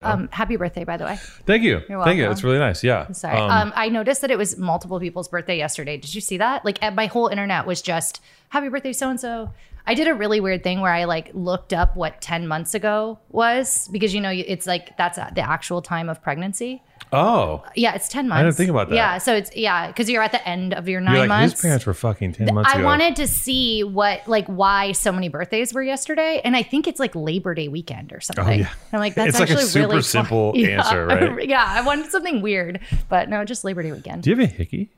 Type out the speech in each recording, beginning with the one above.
Um, happy birthday, by the way. Thank you. You're Thank you. welcome. It's really nice. Yeah. I'm sorry. Um, I noticed that it was multiple people's birthday yesterday. Did you see that? Like, eh, my whole internet was just happy birthday, so and so. I did a really weird thing where I like looked up what 10 months ago was because you know, you- it's like that's uh, the actual time of pregnancy. oh, Yeah, it's 10 months. didn't think about that. Yeah, so it's, yeah, because you're at the end of your 9 you're like months. his parents were fucking ten months I ago. wanted to see what, like, why so many birthdays were yesterday, and I think it's like Labor Day weekend or something. Oh, yeah. And I'm like, that's It's like a actually super really simple fun. Yeah. answer, right? yeah, I wanted something weird, but no, just Labor Day weekend. Do you have a hickey?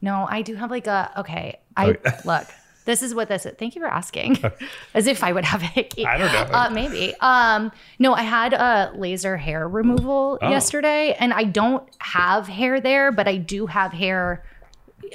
no, I do have like a okay. I Okay. look. This is what this is. Thank you for asking. As if I would have a hickey. I don't know. Uh, maybe. Um, no, I had a laser hair removal Oh. yesterday, and I don't have hair there, but I do have hair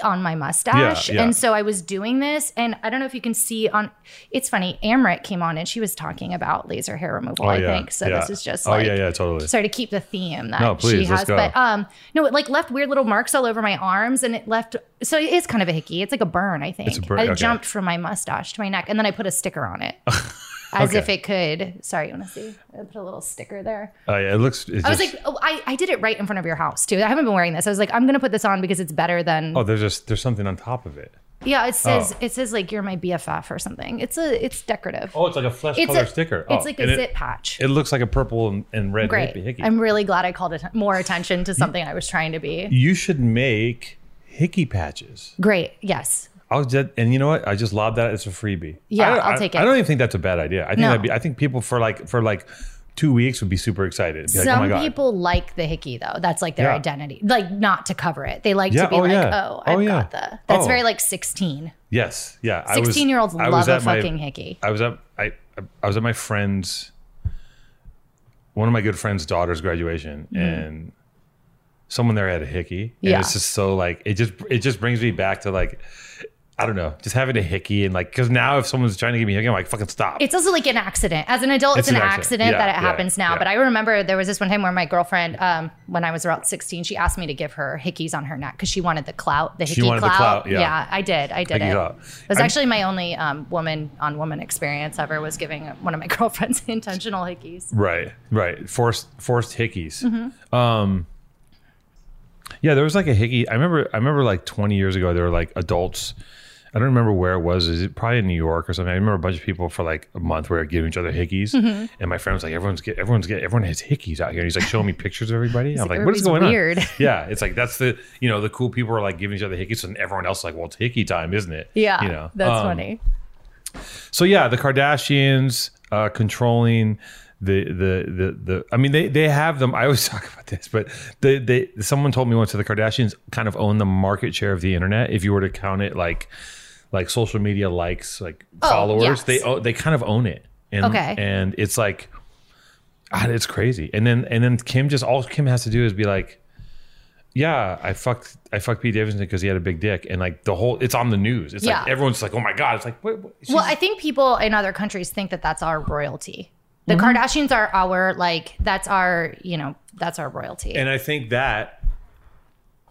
on my mustache. yeah. And so I was doing this, and I don't know if you can see on. It's funny. Amrit came on, and she was talking about laser hair removal. I think so. Oh, yeah. This is just Oh like yeah, yeah, totally. sorry to keep the theme that No, she please, has let's go. but um no it like left weird little marks all over my arms and it left so it is kind of a hickey it's like a burn i think It's a burn, i okay. jumped from my mustache to my neck and then i put a sticker on it as if it could sorry you want to see i put a little sticker there Oh yeah, it looks. It's i was just- like oh, I, I did it right in front of your house too i haven't been wearing this i was like i'm gonna put this on because it's better than oh, there's just there's something on top of it. yeah it says it says like you're my bff or something it's a it's decorative Oh, it's like a flesh it's color a sticker. it's Oh, like a and it- zip patch It, looks like a purple and, and red Great. hippie hickey. I'm really glad I called it more attention to something I was trying to be. you should make hickey patches. Great. Yes. I'll just, and you know what? I just lobbed that as a freebie. Yeah, I don't- I'll I- take it. I don't even think that's a bad idea. I think No. that'd be. I think people for like for like two weeks would be super excited. Be like, oh Some my God. people like the hickey though. That's like their Yeah. identity. Like not to cover it. They like Yeah, to be oh, like, yeah. oh, Oh, I've yeah. got the. That's Oh. very like 16. Yes. Yeah. I was- 16 year olds I love was a at my- fucking hickey. I was at I I was at my friend's one of my good friend's daughter's graduation and someone there had a hickey. And Yeah. it's just so like it just it just brings me back to like I don't know, just having a hickey and like because now if someone's trying to give me a hickey, I'm like fucking stop. It's also like an accident. As an adult, it's, an, accident, Yeah, that it yeah, happens now. yeah. But I remember there was this one time where my girlfriend, um, when I was about 16, she asked me to give her hickeys on her neck because she wanted the clout, the hickey wanted the clout. clout, yeah. I did. I did Hickey it. clout. It was I'm- actually my only um, woman on woman experience ever was giving one of my girlfriends intentional hickeys. Right, right. Forced forced hickeys. Mm-hmm. Um Yeah, there was like a hickey. I remember I remember like 20 years ago there were like adults. I don't remember where it was. Is it probably in New York or something? I remember a bunch of people for like a month were giving each other hickeys, Mm-hmm. and my friend was like, "Everyone's get, everyone's get, everyone has hickeys out here." And he's like showing me pictures of everybody. I'm like, "What "Everybody's is going weird." on?" Yeah, it's like that's the you know the cool people are like giving each other hickeys, and everyone else is like, "Well, it's hickey time, isn't it?" Yeah. you know that's Um, funny. so yeah, the Kardashians uh, controlling the, the the the I mean they they have them. I always talk about this, but they they someone told me once that the Kardashians kind of own the market share of the internet. If you were to count it like like social media likes, like followers, Oh, yes. they o- they kind of own it. And, Okay. and it's like God, it's crazy. And then and then Kim just all Kim has to do is be like. Yeah, I fucked I fucked Pete Davidson because he had a big dick, and like the whole it's on the news. It's Yeah. like everyone's like, oh my god, it's like what, what, she's Well, I think people in other countries think that that's our royalty. The Mm-hmm. Kardashians are our like that's our you know that's our royalty. And I think that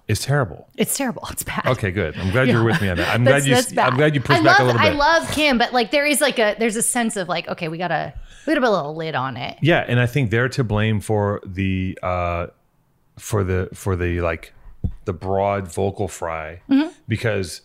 is terrible. it's terrible. It's bad. Okay, good. I'm glad you're with me on that. I'm That's, glad you. that's bad. I'm glad you pushed I back love, a little bit. I love Kim, but like there is like a there's a sense of like okay we gotta we gotta put a little lid on it. yeah, and I think they're to blame for the uh, for the for the like the broad vocal fry Mm-hmm. because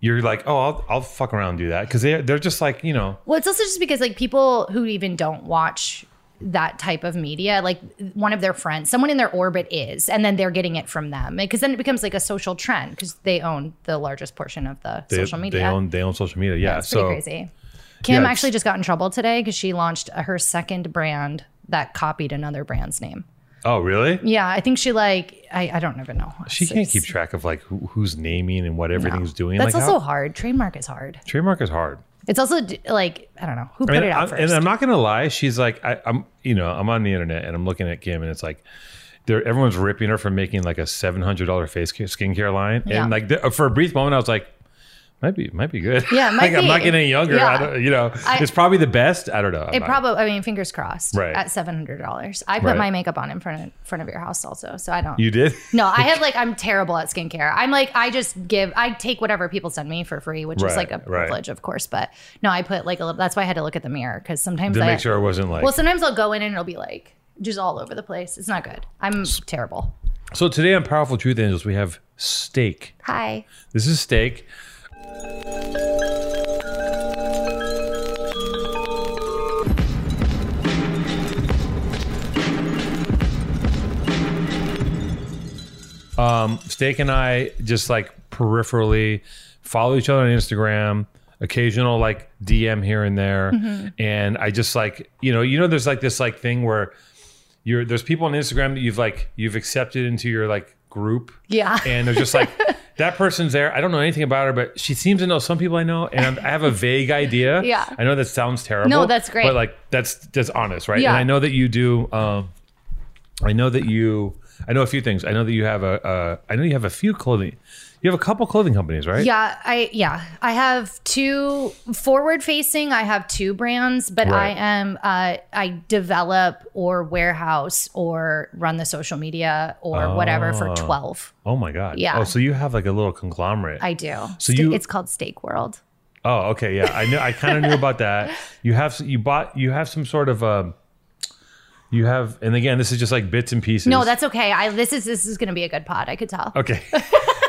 you're like, oh, I'll, I'll fuck around and do that because they they're just like you know Well, it's also just because like people who even don't watch that type of media, like one of their friends, someone in their orbit is, and then they're getting it from them because then it becomes like a social trend because they own the largest portion of the they, social media. they own they own social media. Yeah, That's so pretty crazy. Kim it's- actually just got in trouble today because she launched her second brand that copied another brand's name. oh really? Yeah, I think she like I, I don't even know. She It's- can't keep track of like who, who's naming and what everything's doing. That's like also how, hard. Trademark is hard. trademark is hard. It's also d- like I don't know who put and, it out I'm, first. and I'm not gonna lie, she's like, I, I'm, you know, I'm on the internet and I'm looking at Kim, and it's like, there, everyone's ripping her for making like a seven hundred dollar face care, skincare line, Yeah. and like th- for a brief moment, I was like, might be, might be good. Yeah, it might like I'm not be. getting any younger. Yeah. I don't, you know, I- it's probably the best. I don't know. I'm it not- probably. I mean, fingers crossed. Right. At seven hundred dollars, I put Right. my makeup on in front of front of your house also, so I don't. you did. no, I have like I'm terrible at skincare. I'm like I just give I take whatever people send me for free, which is Right, like a right. privilege, of course. But no, I put like a little. That's why I had to look at the mirror because sometimes to I make sure I wasn't like Well, sometimes I'll go in and it'll be like just all over the place. It's not good. I'm terrible. So today on Powerful Truth Angels, we have steak. Hi. This is steak. Um, steak and I just like peripherally follow each other on Instagram, occasional like DM here and there, and I just like you know you know there's like this like thing where you're there's people on Instagram that you've like you've accepted into your like group, Yeah. and they're just like that person's there. I don't know anything about her, but she seems to know some people I know, and I'm, I have a vague idea. Yeah. I know that sounds terrible. No, that's great. But like that's that's honest, right? Yeah. And I know that you do. Um, I know that you. I know a few things. I know that you have a. Uh, I know you have a few clothing. You have a couple clothing companies, right? Yeah, I yeah, I have two forward facing. I have two brands, but Right. I am uh, I develop or warehouse or run the social media or whatever for Oh. twelve. Oh my god. Yeah. Oh, so you have like a little conglomerate. I do. So Ste- you- it's called Steak World. oh, okay. Yeah. I knew. I kind of knew about that. You have. You bought. You have some sort of. Um, you have, and again, this is just like bits and pieces. No, that's okay. I this is this is going to be a good pod. I could tell. Okay.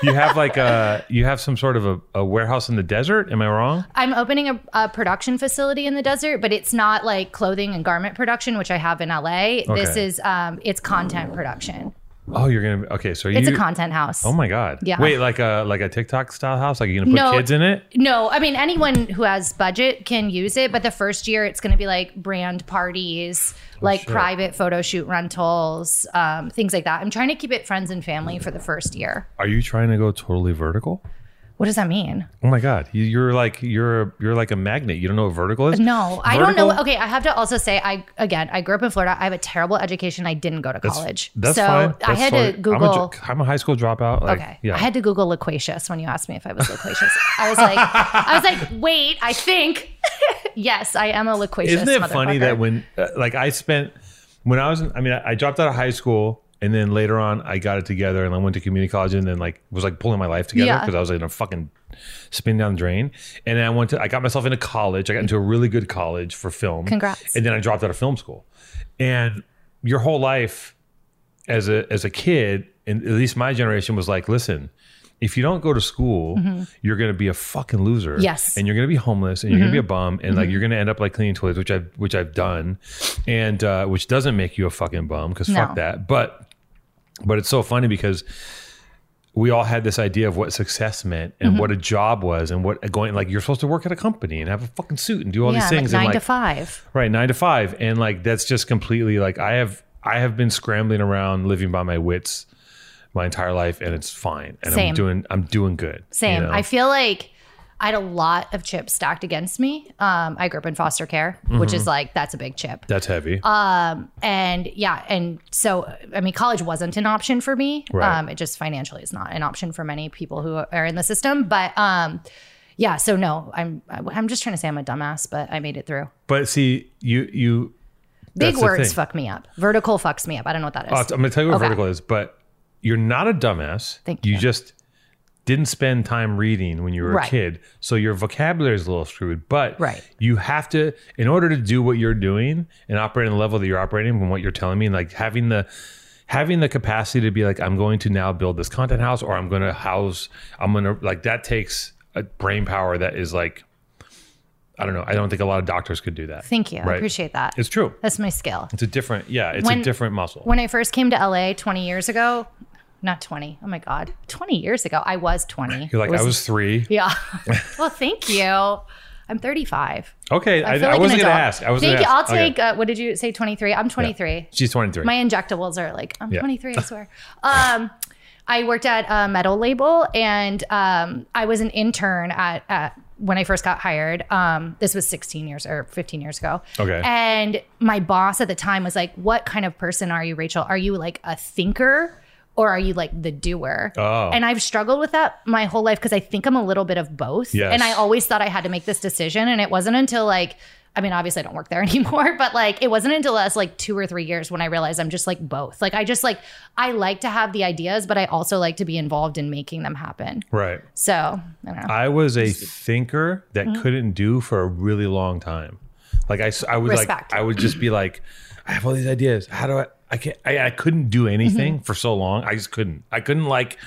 you have like a you have some sort of a, a warehouse in the desert. Am I wrong? I'm opening a, a production facility in the desert, but it's not like clothing and garment production, which I have in LA. This Okay. is um, it's content production. Oh, you're gonna okay. So It's you, a content house. Oh my god. Yeah. Wait, like a like a TikTok style house? Like you gonna put No. kids in it? No, I mean anyone who has budget can use it, but the first year it's going to be like brand parties, like Oh, shit. private photo shoot rentals, um, things like that. I'm trying to keep it friends and family for the first year. Are you trying to go totally vertical? What does that mean? Oh my god. You, you're like you're you're like a magnet. You don't know what vertical is? No, I don't Vertical- know. Okay, I have to also say, I again, I grew up in Florida. I have a terrible education. I didn't go to college, That's so fine. I That's had totally- to I'm a, Google. jo- I'm a high school dropout. Like, Okay. Yeah. I had to Google loquacious when you asked me if I was loquacious. I was like, I was like, wait, I think, yes, I am a loquacious. Isn't it funny that motherfucker. when, uh, like, I spent when I was, in, I mean, I, I dropped out of high school, and then later on, I got it together, and I went to community college, and then like was like pulling my life together Yeah. because I was in a fucking spin down the drain, and then I went to, I got myself into college, I got into a really good college for film, Congrats. and then I dropped out of film school, and your whole life as a as a kid, and at least my generation was like, listen. If you don't go to school, you're going to be a fucking loser. Mm-hmm. Yes. And you're going to be homeless and you're Mm-hmm. going to be a bum and like you're going to end up like cleaning toilets, which I've which I've done, and uh, which doesn't make you a fucking bum because No. fuck that. But but it's so funny because we all had this idea of what success meant Mm-hmm. and what a job was and what uh, going like you're supposed to work at a company and have a fucking suit and do all yeah, these things like nine and like to five. right nine to five and like that's just completely like I have I have been scrambling around living by my wits my entire life and it's fine and Same. I'm doing I'm doing good you Same. know? I feel like I had a lot of chips stacked against me. Um, I grew up in foster care, which Mm-hmm. is like that's a big chip. that's heavy Um, and yeah, and so I mean, college wasn't an option for me. Right. Um, it just financially is not an option for many people who are in the system. But um, yeah, so no, I'm I'm just trying to say I'm a dumbass, but I made it through. but see you you Big That's the words thing. fuck me up. Vertical fucks me up. I don't know what that is. I'll- I'm going to tell you what Okay. vertical is, but you're not a dumbass. Thank you. you. just didn't spend time reading when you were Right. a kid, so your vocabulary is a little screwed. But Right. you have to, in order to do what you're doing and operate on the level that you're operating from what you're telling me, and like having the having the capacity to be like, I'm going to now build this content house, or I'm going to house, I'm going to like that takes a brain power that is like, I don't know, I don't think a lot of doctors could do that. Thank you. I Right. appreciate that. It's true. that's my skill. It's a different, yeah, it's When- a different muscle. when I first came to LA 20 years ago, not 20. Oh my God. 20 years ago. I was 20. you're like, It was- I was three. Yeah. well, thank you. I'm 35. Okay, I, I, feel like an wasn't gonna adult. ask. I was Thank gonna you. I'll ask. Okay. take, uh, what did you say, 23? I'm 23. She's twenty three. My injectables are like, I'm Yeah. 23, I swear. um, I worked at a metal label and um, I was an intern at, at when I first got hired. Um, this was 16 years or 15 years ago. Okay. And my boss at the time was like, What kind of person are you, Rachel? Are you like a thinker? Or are you like the doer? Oh. And I've struggled with that my whole life because I think I'm a little bit of both. Yes. And I always thought I had to make this decision. And it wasn't until like, I mean, obviously I don't work there anymore, but like it wasn't until last like two or three years when I realized I'm just like both. Like I just like I like to have the ideas, but I also like to be involved in making them happen. right. So I don't know. I was a thinker Mm-hmm. that couldn't do for a really long time. Like I, s- I would Respect. like I would just be like, I have all these ideas. How do I? I can't. I, I couldn't do anything Mm-hmm. for so long. I just couldn't. I couldn't like.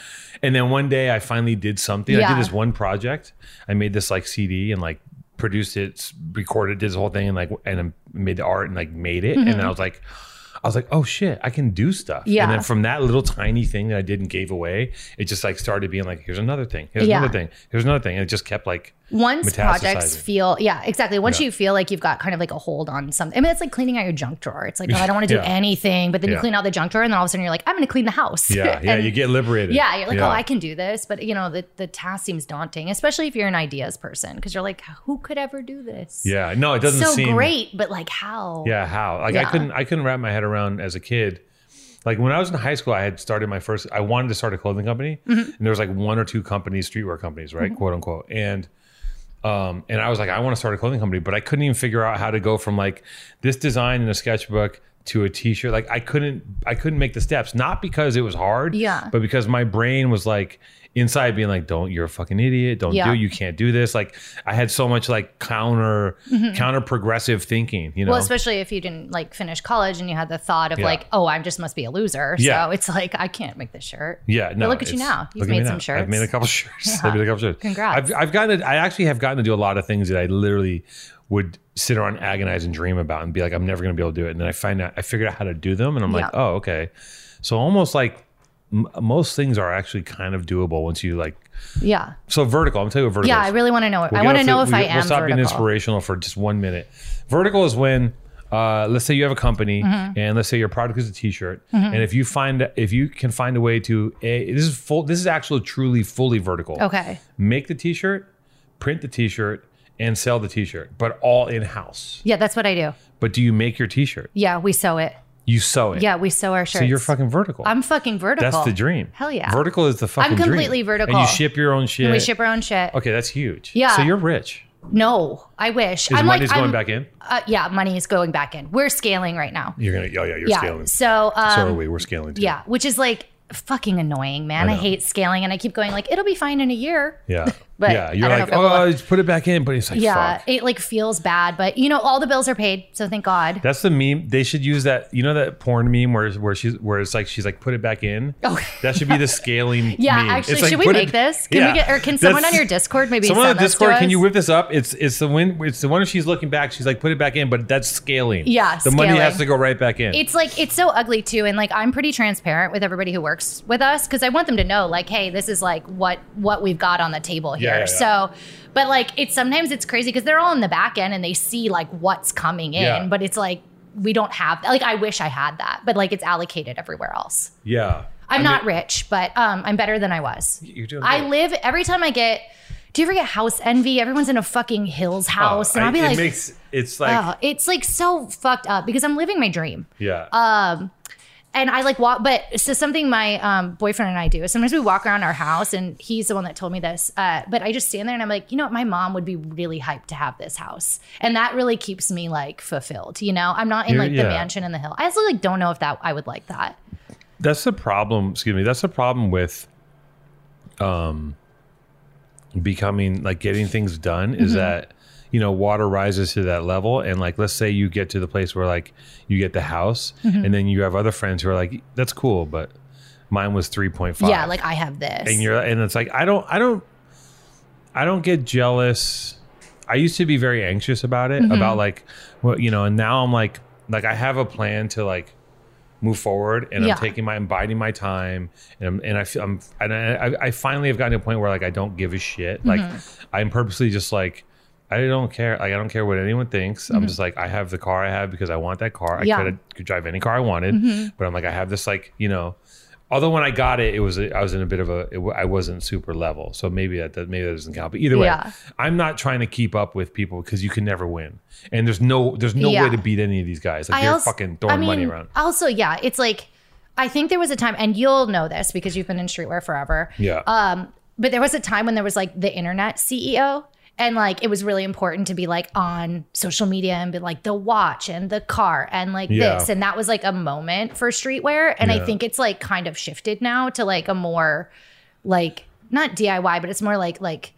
And then one day I finally did something. I Yeah. did this one project. I made this like CD and like produced it, s- recorded, did this whole thing, and like and um, made the art and like made it. And I was like, I was like, oh shit, I can do stuff. Mm-hmm. Yeah. And then from that little tiny thing that I did and gave away, it just like started being like, here's another thing, here's Yeah. another thing, here's another thing, and it just kept like. Once projects Metastasizing. feel, yeah, exactly. Once Yeah. you feel like you've got kind of like a hold on something, I mean, it's like cleaning out your junk drawer. It's like, oh, I don't want to do Yeah. anything, but then you Yeah. clean out the junk drawer, and then all of a sudden you're like, I'm going to clean the house. Yeah, yeah, And- you get liberated. yeah, you're like, oh, I can do this, but you know, the the task seems daunting, especially if you're an ideas person, because you're like, who could ever do this? Yeah, no, it doesn't so seem great, but like how? Yeah, how? Like Yeah. I couldn't I couldn't wrap my head around as a kid. Like when I was in high school, I had started my first I wanted to start a clothing company. Mm-hmm. And there was like one or two companies, streetwear companies, right? Quote unquote. And um, and I was like, I want to start a clothing company, but I couldn't even figure out how to go from like this design in a sketchbook to a t-shirt. Like I couldn't I couldn't make the steps. Not because it was hard, Yeah. but because my brain was like inside being like, Don't you're a fucking idiot. Don't Yeah. do you can't do this. Like I had so much like counter counter progressive thinking, you know. Mm-hmm. Well, especially if you didn't like finish college and you had the thought of Yeah. like, oh, I just must be a loser. Yeah. So it's like I can't make this shirt. Yeah, no. look at you it's- now. You've look at me made some I've made a shirts. couple shirts. Yeah. I've made a couple shirts. Congrats. I've, I've gotten. To, I actually have gotten to do a lot of things that I literally would sit around, agonize, and dream about, and be like, I'm never going to be able to do it. And then I find out, I figured out how to do them, and I'm like, Yeah. oh, okay. So almost like m- most things are actually kind of doable once you like. Yeah, So vertical. I'm telling you, what vertical. yeah. I is. really want to know. it. We'll I get want to off know the- if we- I We'll am stop being vertical. inspirational for just one minute. Vertical is when, uh, let's say you have a company, Mm-hmm. and let's say your product is a T-shirt, and if you find if you can find a way to a this is full this is actually truly fully vertical. Okay. Make the T-shirt, print the T-shirt, and sell the T-shirt, but all in house. Yeah, that's what I do. But do you make your T-shirt? Yeah, we sew it. You sew it. Yeah, we sew our shirts. So you're fucking vertical. I'm fucking vertical. That's the dream. Hell yeah. Vertical is the fucking. dream. completely vertical. And you ship your own shit. We ship our own shit. okay, that's huge. Yeah. So you're rich. No, I wish. Is I'm money's like, going I'm- back in? Uh, yeah, money is going back in. We're scaling right now. You're gonna, oh yeah, you're yeah. scaling. So So, um, are we. We're scaling too. yeah, which is like fucking annoying, man. I I, know. hate scaling, and I keep going like it'll be fine in a year. yeah, But yeah. I You're don't know like, if it will. oh, just put it back in, but it's like, Yeah, fuck. it like feels bad, but you know all the bills are paid, so thank God. That's the meme. They should use that. You know that porn meme where where she's where it's like she's like, put it back in. Oh. That should be the scaling. Yeah, meme. actually, It's like, should we put make it- this? Can Yeah. we get or can someone That's- on your Discord maybe Someone on send this to Discord, can us? you whip this up? It's it's the when it's the one when she's looking back. She's like, put it back in, but that's scaling. Yeah, the money scaling. has to go right back in. it's like it's so ugly too and like i'm pretty transparent with everybody who works with us because i want them to know like hey this is like what what we've got on the table here Yeah, yeah, yeah. so but like it's sometimes it's crazy because they're all in the back end and they see like what's coming in Yeah. but it's like we don't have like i wish i had that but like it's allocated everywhere else yeah, i'm I not mean, rich but um i'm better than i was You're doing. i great. live every time i get do you ever get house envy everyone's in a fucking hills Oh, house and I- i'll be it like makes it's like oh, it's like so fucked up because i'm living my dream yeah. and I like walk, but so something my um, boyfriend and I do is sometimes we walk around our house, and he's the one that told me this. Uh, but I just stand there and I'm like, you know what, my mom would be really hyped to have this house, and that really keeps me like fulfilled. You know, I'm not in You're- like yeah. the mansion in the hill. I also like don't know if that I would like that. that's the problem excuse me that's the problem with um becoming like getting things done is Mm-hmm. that you know water rises to that level and like let's say you get to the place where like you get the house Mm-hmm. and then you have other friends who are like that's cool but mine was 3.5 Yeah, like I have this. and you're and it's like i don't i don't i don't get jealous i used to be very anxious about it Mm-hmm. about like well you know and now i'm like like i have a plan to like move forward and Yeah. i'm taking my i'm biding my time and i'm and i feel i'm and I, I- I finally have gotten to a point where like i don't give a shit like Mm-hmm. i'm purposely just like I don't care. Like I don't care what anyone thinks. I'm just like I have the car I have because I want that car. I Mm-hmm. Yeah. Mm-hmm. could could drive any car I wanted, but I'm like I have this like you know. Although when I got it, it was I was in a bit of a it, wa- I wasn't super level, so maybe that, that maybe that doesn't count. But either way, Yeah. I'm not trying to keep up with people because you can never win, and there's no there's no way Yeah. to beat any of these guys. Like they're als- fucking throwing I mean, money around. Also, yeah, it's like I think there was a time, and you'll know this because you've been in streetwear forever. Yeah. Um, but there was a time when there was like the internet CEO. And like it was really important to be like on social media and be like the watch and the car and like Yeah. this. And that was like a moment for streetwear. And Yeah. I think it's like kind of shifted now to like a more like not DIY, but it's more like like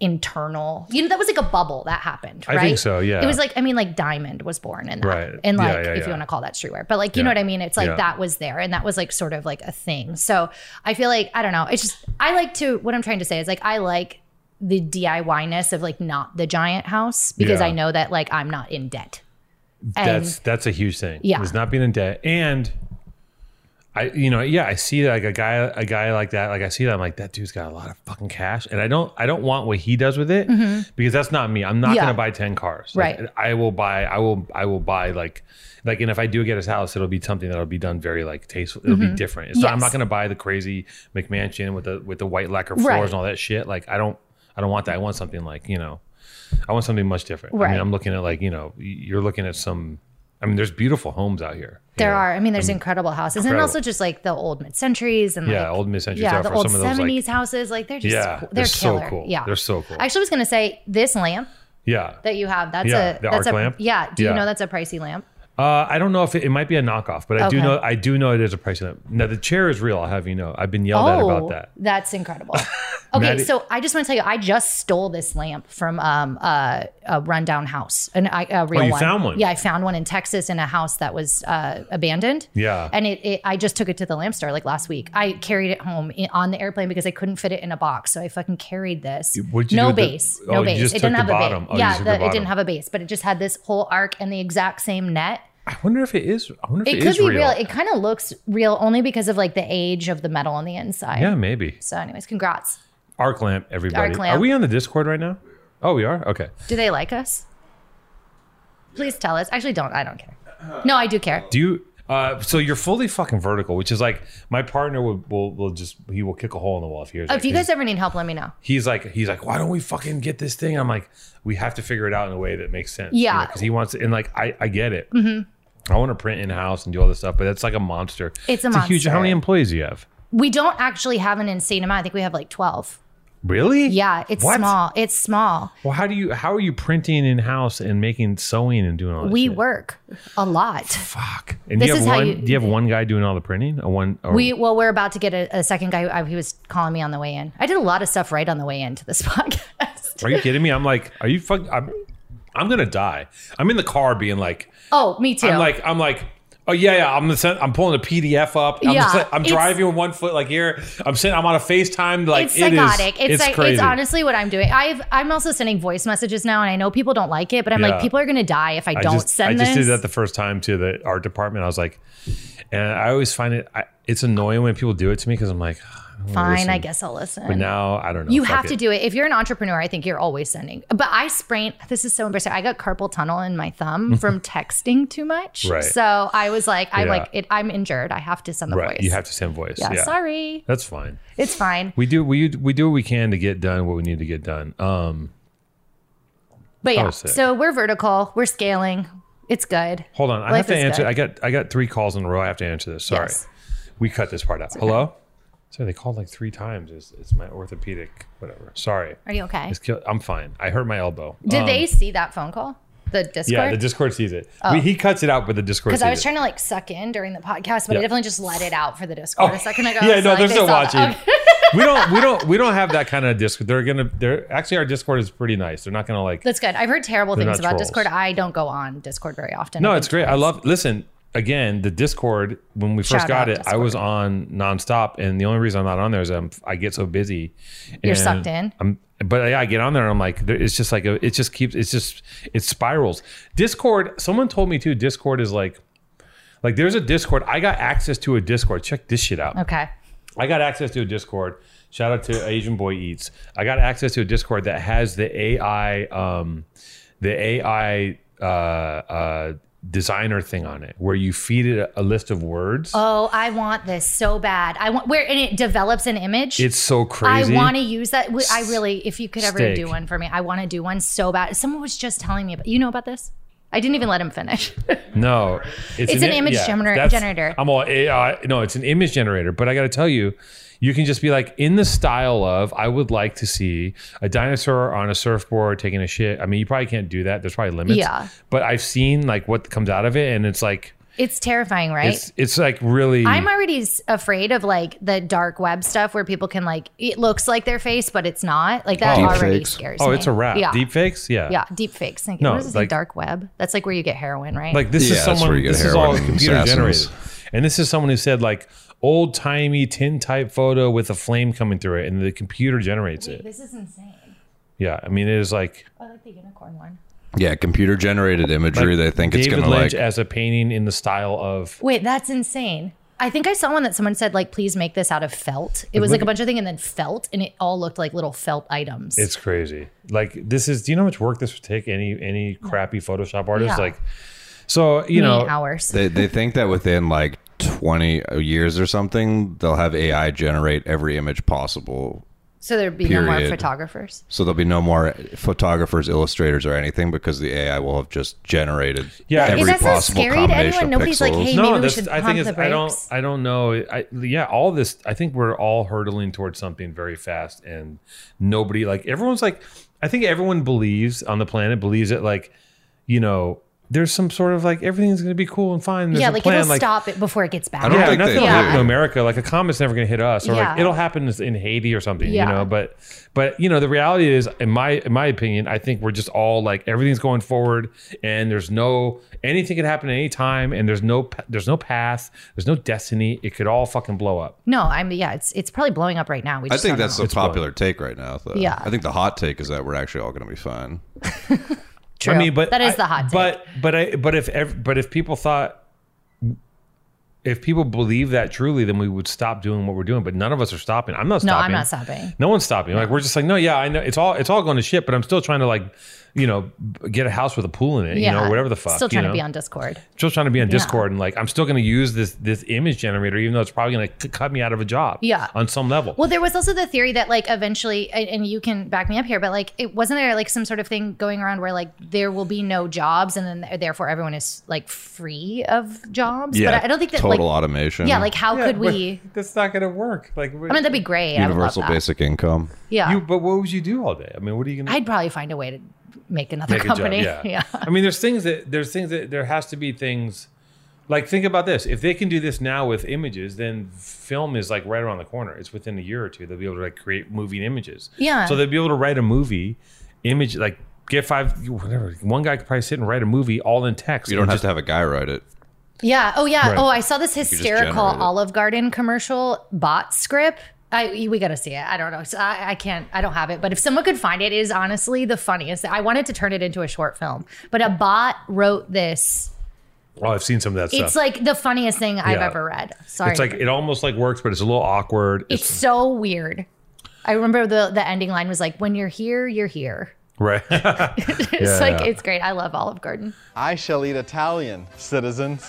internal. You know, that was like a bubble that happened, I right? think so, yeah. It was like, I mean, like Diamond was born in that. Right. And Yeah, like, yeah, if yeah. you want to call that streetwear, but like, you Yeah. know what I mean? It's like Yeah. that was there and that was like sort of like a thing. So I feel like, I don't know. It's just, I like to, what I'm trying to say is like, I like the DIY ness of like not the giant house because Yeah. I know that like I'm not in debt. And that's that's a huge thing. Yeah. it's not being in debt, and I, you know, yeah, I see like a guy, a guy like that, like I see that, I'm like, that dude's got a lot of fucking cash, and I don't, I don't want what he does with it because that's not me. I'm not Mm-hmm. Yeah. gonna buy ten cars. Right. Like, I will buy, I will, I will buy like, like, and if I do get his house, it'll be something that'll be done very like tasteful. It'll be different. It's not, I'm Mm-hmm. Yes. not gonna buy the crazy McMansion with the with the white lacquer floors Right. and all that shit. Like, I don't, I don't want that. I want something like you know. I want something much different. I Right. mean, I'm looking at like you know, you're looking at some. I mean, there's beautiful homes out here. you there know? are, I mean, there's incredible houses and incredible. also just like the old mid centuries and Yeah, like, old mid-century yeah, stuff the or old some of those like. 70s houses. Like they're just, Yeah, cool. they're they're, so killer. cool. Yeah. They're so cool. I actually was going to say this lamp yeah, that you have, that's Yeah, a, the that's arc a, lamp. yeah. Do Yeah. you know that's a pricey lamp? uh, I don't know if it, it might be a knockoff, but I do Okay. know I do know it is a price lamp. Now the chair is real. I'll have you know. I've been yelled at about that. Oh, That's incredible. Okay, Maddie- so I just want to tell you, I just stole this lamp from um, uh, a rundown house, an I- a real Oh, you one. found one? Yeah, I found one in Texas in a house that was uh, abandoned. Yeah. and it, it, I just took it to the lamp store like last week. I carried it home in, on the airplane because I couldn't fit it in a box, so I fucking carried this. what'd you do no with the- base, oh, no you base. just it took didn't the have a bottom. base. Oh, you yeah, took the it bottom. didn't have a base, but it just had this whole arc and the exact same net. I wonder if it is. I wonder if It it, could is be real. real. It kind of looks real only because of like the age of the metal on the inside. yeah, maybe. So, anyways, congrats. Arc lamp, everybody. Arc lamp. Are we on the Discord right now? Oh, we are. Okay. Do they like us? Please tell us. Actually, don't. I don't care. No, I do care. Do you? Uh, so you're fully fucking vertical, which is like my partner will, will will just he will kick a hole in the wall if he hears. Oh, it, if you 'cause guys ever need help, let me know. he's like he's like why don't we fucking get this thing i'm like we have to figure it out in a way that makes sense Yeah. Mm-hmm. because he wants to and like i i get it i want to print in house and do all this stuff but that's like a monster It's a huge how monster. many employees do you have We don't actually have an insane amount. I think we have like 12. really Yeah, it's What? small. It's small. well how do you how are you printing in house and making sewing and doing all this We shit? work a lot. fuck and This do you have is how one you- do you have one guy doing all the printing a one or, We well, we're about to get a, a second guy. I, he was calling me on the way in. I did a lot of stuff right on the way into this podcast. are you kidding me i'm like are you fuck i'm i'm gonna die i'm in the car being like Oh, me too. I'm like, I'm like, oh yeah, yeah. I'm the sen- I'm pulling a PDF up. I'm, Yeah, just like- I'm it's- driving with one foot like here. I'm sitting. I'm on a Facetime. Like it's it is- psychotic. it's psych- crazy. it's honestly what I'm doing. I've I'm also sending voice messages now, and I know people don't like it, but I'm Yeah. like, people are gonna die if I, I don't just, send I this. just did that the first time to the art department. I was like, and I always find it. I, it's annoying when people do it to me because I'm like, I don't wanna Fine, listen. I guess I'll listen. But now I don't know. you Fuck have it. to do it. If you're an entrepreneur, I think you're always sending. But I sprained. This is so embarrassing. I got carpal tunnel in my thumb from texting too much. Right. So I was like, I'm Yeah. like, it, I'm injured. I have to send the Right, voice. you have to send voice. yeah, yeah. sorry. That's fine. It's fine. We do we we do what we can to get done what we need to get done. Um, But yeah, was sick. so we're vertical. We're scaling. It's good. hold on, I Life have to is answer. good. I got I got three calls in a row. I have to answer this. Sorry. Yes. We cut this part out. Hello? Sorry, they called like three times. It's, it's my orthopedic, whatever. Sorry. Are you okay? It's kill- I'm fine. I hurt my elbow. Did Um, they see that phone call? The Discord. Oh. Yeah, the Discord sees it. We, he cuts it out, but the Discord Because sees I was it. trying to like suck in during the podcast, but Yeah. Oh, I definitely just let it out for the Discord a second ago. yeah, so, no, like, there's they no saw watching. that. Okay. we don't, we don't, we don't have that kind of Discord. They're gonna, they're actually our Discord is pretty nice. They're not gonna like. That's good. I've heard terrible things not about trolls. Discord. I don't go on Discord very often. No, I've it's been- great. I love. Listen, again, the Discord when we first Shout got out it, I was on nonstop, and the only reason I'm not on there is I'm, I get so busy. You're and sucked in? I'm, but yeah, I get on there and I'm like, there, it's just like a, it just keeps, it's just, it spirals. Discord. Someone told me too. Discord is like, like there's a Discord. I got access to a Discord. Check this shit out. Okay. I got access to a Discord. Shout out to Asian Boy Eats. I got access to a Discord that has the AI, um, the AI uh, uh, designer thing on it, where you feed it a, a list of words. Oh, I want this so bad. I want where and it develops an image. it's so I crazy. want to use that. W- I really, if you could ever Steak. do one for me, I want to do one so bad. Someone was just telling me about. You know about this? I didn't even let him finish. no, It's an i- image gener- that's- generator. I'm all AI. No, it's an image generator. But I got to tell you, you can just be like in the style of I would like to see a dinosaur on a surfboard taking a shit. I mean, you probably can't do that. There's probably limits. Yeah. But I've seen like what comes out of it, and it's like It's terrifying, right? It's it's like really. I'm already s- afraid of like the dark web stuff where people can like it looks like their face but it's not. Like that Deep already fakes. scares me. oh, it's a wrap. Yeah. Deep fakes. Yeah. yeah, deep fakes. Like, No, what is this like- dark web? That's like where you get heroin, right? Like this Yeah, is that's where someone. you get This is heroin all and computer assassins. generated, and this is someone who said like old timey tin type photo with a flame coming through it, and the computer generates it. this is insane. Yeah, I mean it is like I like the unicorn one. Yeah, computer generated imagery. they think it's David gonna Lynch like. as a painting in the style of Wait, that's insane. I think I saw one that someone said like, please make this out of felt. It was like a bunch of thing and then felt, and it all looked like little felt items. It's crazy. Like this is. Do you know how much work this would take any any crappy Photoshop artist? Yeah. Like, so you Many know, hours. They they think that within like twenty years or something, they'll have AI generate every image possible. so there'd be no more period. photographers. So there'll be no more photographers, illustrators, or anything because the AI will have just generated Yeah, every Is that so possible scary to combination anyone? of Nobody's like, hey, pixels. maybe no, we that's. should I pump think the it's. I don't. brakes. I don't know. I yeah. All this. I think we're all hurtling towards something very fast, and nobody like everyone's like. I think everyone believes on the planet believes that like, you know, there's some sort of like everything's going to be cool and fine. There's Yeah, a like plan, it'll stop it before it gets bad. I don't Yeah, think nothing they will happen do. to America. Like a comet's never going to hit us, or Yeah. like it'll happen in Haiti or something. Yeah. You know, but but you know, the reality is, in my in my opinion, I think we're just all like everything's going forward, and there's no anything could happen at any time, and there's no pa- there's no path, there's no destiny. It could all fucking blow up. No, I'm yeah, it's it's probably blowing up right now. We I just think don't that's know. the popular take right now. Though. Yeah. I think the hot take is that we're actually all going to be fine. True. I mean, but that is I- the hot take. But but I but if ev- but if people thought. If people believe that truly, then we would stop doing what we're doing. But none of us are stopping. I'm not no, stopping. I'm not stopping. No one's stopping. Like we're just like, no, yeah, I know it's all it's all going to shit, but I'm still trying to like, you know, b- get a house with a pool in it, Yeah, you know, whatever the fuck. Still you trying know? to be on Discord. still trying to be on Discord and like I'm still going to use this this image generator, even though it's probably going to c- cut me out of a job. Yeah. on some level. Well, there was also the theory that like eventually, and, and you can back me up here, but like it wasn't there like some sort of thing going around where like there will be no jobs, and then therefore everyone is like free of jobs. but I, I don't think that like total automation. yeah, like how Yeah, could but we? That's not going to work. Like, I mean, that'd be great. I universal would love that. basic income. Yeah, you. But what would you do all day? I mean, what are you going to? I'd probably find a way to make another make a job, company. yeah. I mean, there's things that there's things that there has to be things like think about this. If they can do this now with images, then film is like right around the corner. It's within a year or two they'll be able to like create moving images. Yeah. So they'll be able to write a movie, image like get five whatever. One guy could probably sit and write a movie all in text. You don't and have just- to have a guy write it. Yeah. Oh, yeah. Right. Oh, I saw this just hysterical generate it. Olive Garden commercial bot script. I, we got to see it. I don't know. So I, I can't, I don't have it. But if someone could find it, it is honestly the funniest. I wanted to turn it into a short film, but a bot wrote this. Oh, I've seen some of that It's stuff. like the funniest thing I've Yeah. ever read. Sorry. it's like it almost like works, but it's a little awkward. It's so weird. I remember the, the ending line was like, when you're here, you're here. right. It's Yeah, like, yeah. it's great. I love Olive Garden. I shall eat Italian, citizens.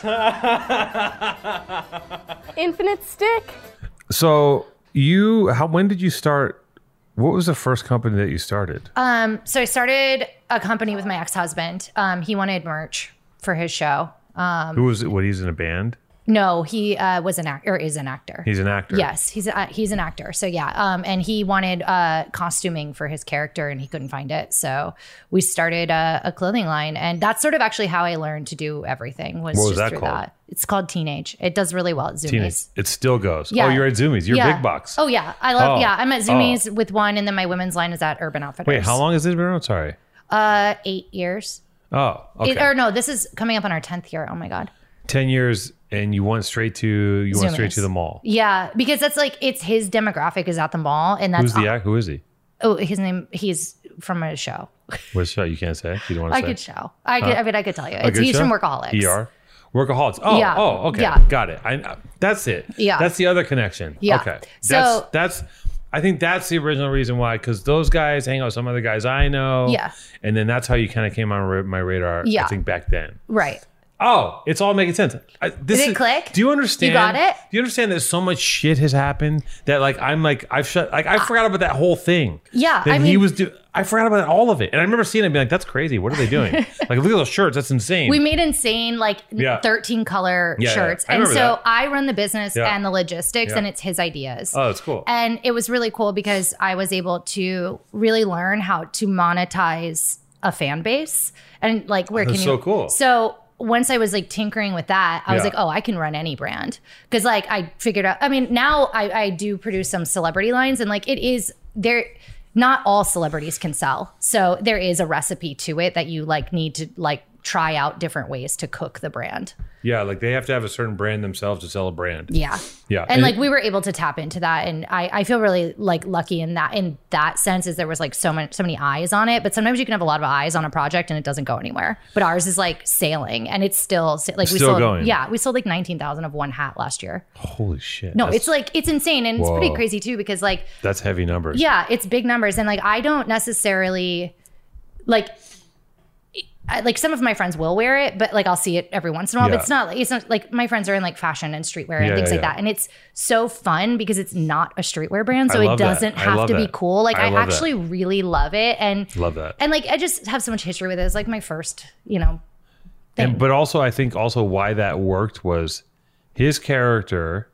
Infinite stick. so you how when did you start what was the first company that you started? Um, so I started a company with my ex husband. Um, he wanted merch for his show. Who was it? What he's in a band? No, he uh, was an actor or is an actor. He's an actor. yes, he's a, uh, he's an actor. So yeah, um, and he wanted uh, costuming for his character, and he couldn't find it. So we started uh, a, a clothing line, and that's sort of actually how I learned to do everything. Was, What was just that through called? that. It's called Teenage. It does really well at Zoomies. Teenage. It still goes. Yeah. Oh, you're at Zoomies. You're yeah. big box. Oh yeah, I love. Oh. Yeah, I'm at Zoomies Oh. with one, and then my women's line is at Urban Outfitters. Wait, how long has this been around? Sorry. Uh, eight years. Oh, okay. It, or no, this is coming up on our tenth year. Oh my god. Ten years, and you went straight to you went straight Zoomies. to the mall. Yeah, because that's like it's his demographic is at the mall, and that's Who's the act? Who is he? Oh, his name. He's from a show. What's show? You can't say. You don't want to I say. could show. I could. I mean, I could tell you. A It's, good he's show? from Workaholics. ER. Workaholics. Oh, Yeah. oh, okay. Yeah. Got it. I, that's it. Yeah. That's the other connection. Yeah. Okay. So- that's that's I think that's the original reason why because those guys hang out with some other guys I know. Yeah. And then that's how you kind of came on ra- my radar. Yeah. I think back then. Right. Oh, it's all making sense. I, this Did it is- click? Do you understand? You got it? Do you understand that so much shit has happened that like I'm like I've shut like I forgot about that whole thing. Yeah, that I he mean- was do. I forgot about all of it, and I remember seeing it and being like, "That's crazy. What are they doing? like, look at those shirts. That's insane." We made insane like Yeah. thirteen color Yeah, yeah. shirts, I and so remember that. I run the business Yeah. and the logistics, Yeah. and it's his ideas. oh, it's cool. And it was really cool because I was able to really learn how to monetize a fan base and like where That's can so you cool. So once I was like tinkering with that, I was Yeah. like, oh, I can run any brand. Cause like I figured out, I mean, now I, I do produce some celebrity lines and like it is there, not all celebrities can sell. So there is a recipe to it that you like need to like try out different ways to cook the brand. Yeah, like they have to have a certain brand themselves to sell a brand. Yeah. Yeah. And, like we were able to tap into that and I, I feel really like lucky in that in that sense is there was like so much so many eyes on it. But sometimes you can have a lot of eyes on a project and it doesn't go anywhere. But ours is like sailing and it's still sa- like we Still sold going. yeah, we sold like nineteen thousand of one hat last year. holy shit. No, that's, it's like it's insane and Whoa. it's pretty crazy too because like that's heavy numbers. yeah, it's big numbers, and like I don't necessarily like. I, like some of my friends will wear it, but like I'll see it every once in a while. Yeah. But it's not. It's not like my friends are in like fashion and streetwear and Yeah, things yeah, like yeah. that, and it's so fun because it's not a streetwear brand, so it I love that. doesn't I have love to be that. cool. Like I I, love that. actually really love it, and Love that. and like I just have so much history with it. It's like my first, you know, thing. And but also I think also why that worked was his character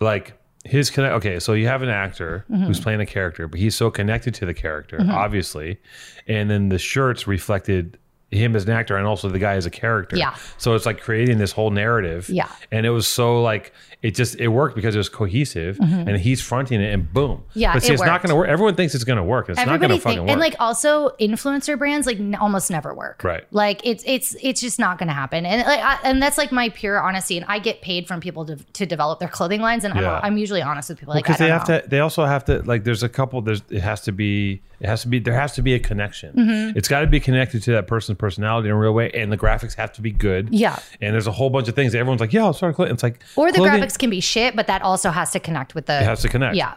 like his connect okay, so you have an actor Mm-hmm. who's playing a character, but he's so connected to the character, obviously. And then the shirts reflected him as an actor and also the guy as a character. Yeah. So it's like creating this whole narrative. Yeah. And it was so like it just it worked because it was cohesive and he's fronting it and boom. Mm-hmm. Yeah, But see, it it's not worked. gonna work. Everyone thinks it's gonna work. It's not Everybody gonna think, fucking work. and like also influencer brands like n- almost never work. Right. Like it's it's it's just not going to happen. And like I, and that's like my pure honesty. And I get paid from people to, to develop their clothing lines, and Yeah. I'm, I'm usually honest with people. Like I because don't they have know. to they also have to like there's a couple there's it has to be it has to be there has to be a connection Mm-hmm. it's got to be connected to that person's personality in a real way and the graphics have to be good Yeah. and there's a whole bunch of things everyone's like yeah i'll start clothing it's like or the clothing- graphics can be shit, but that also has to connect with the. it has to connect Yeah.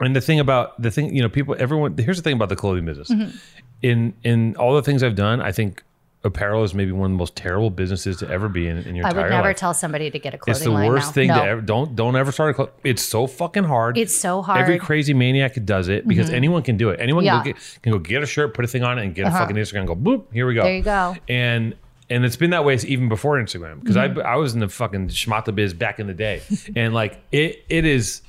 and the thing about the thing you know people everyone here's the thing about the clothing business Mm-hmm. in in all the things i've done i think apparel is maybe one of the most terrible businesses to ever be in, in your I entire would never life tell somebody to get a clothing it's the line worst now. thing No. to ever don't don't ever start a club it's so fucking hard It's so every hard. Mm-hmm. crazy maniac does it because anyone can do it anyone Yeah. Uh-huh. can, go get, can go get a shirt put a thing on it and get a fucking instagram and go boop here we go There you go. and and it's been that way even before instagram because Mm-hmm. I, I was in the fucking schmata biz back in the day and like it it is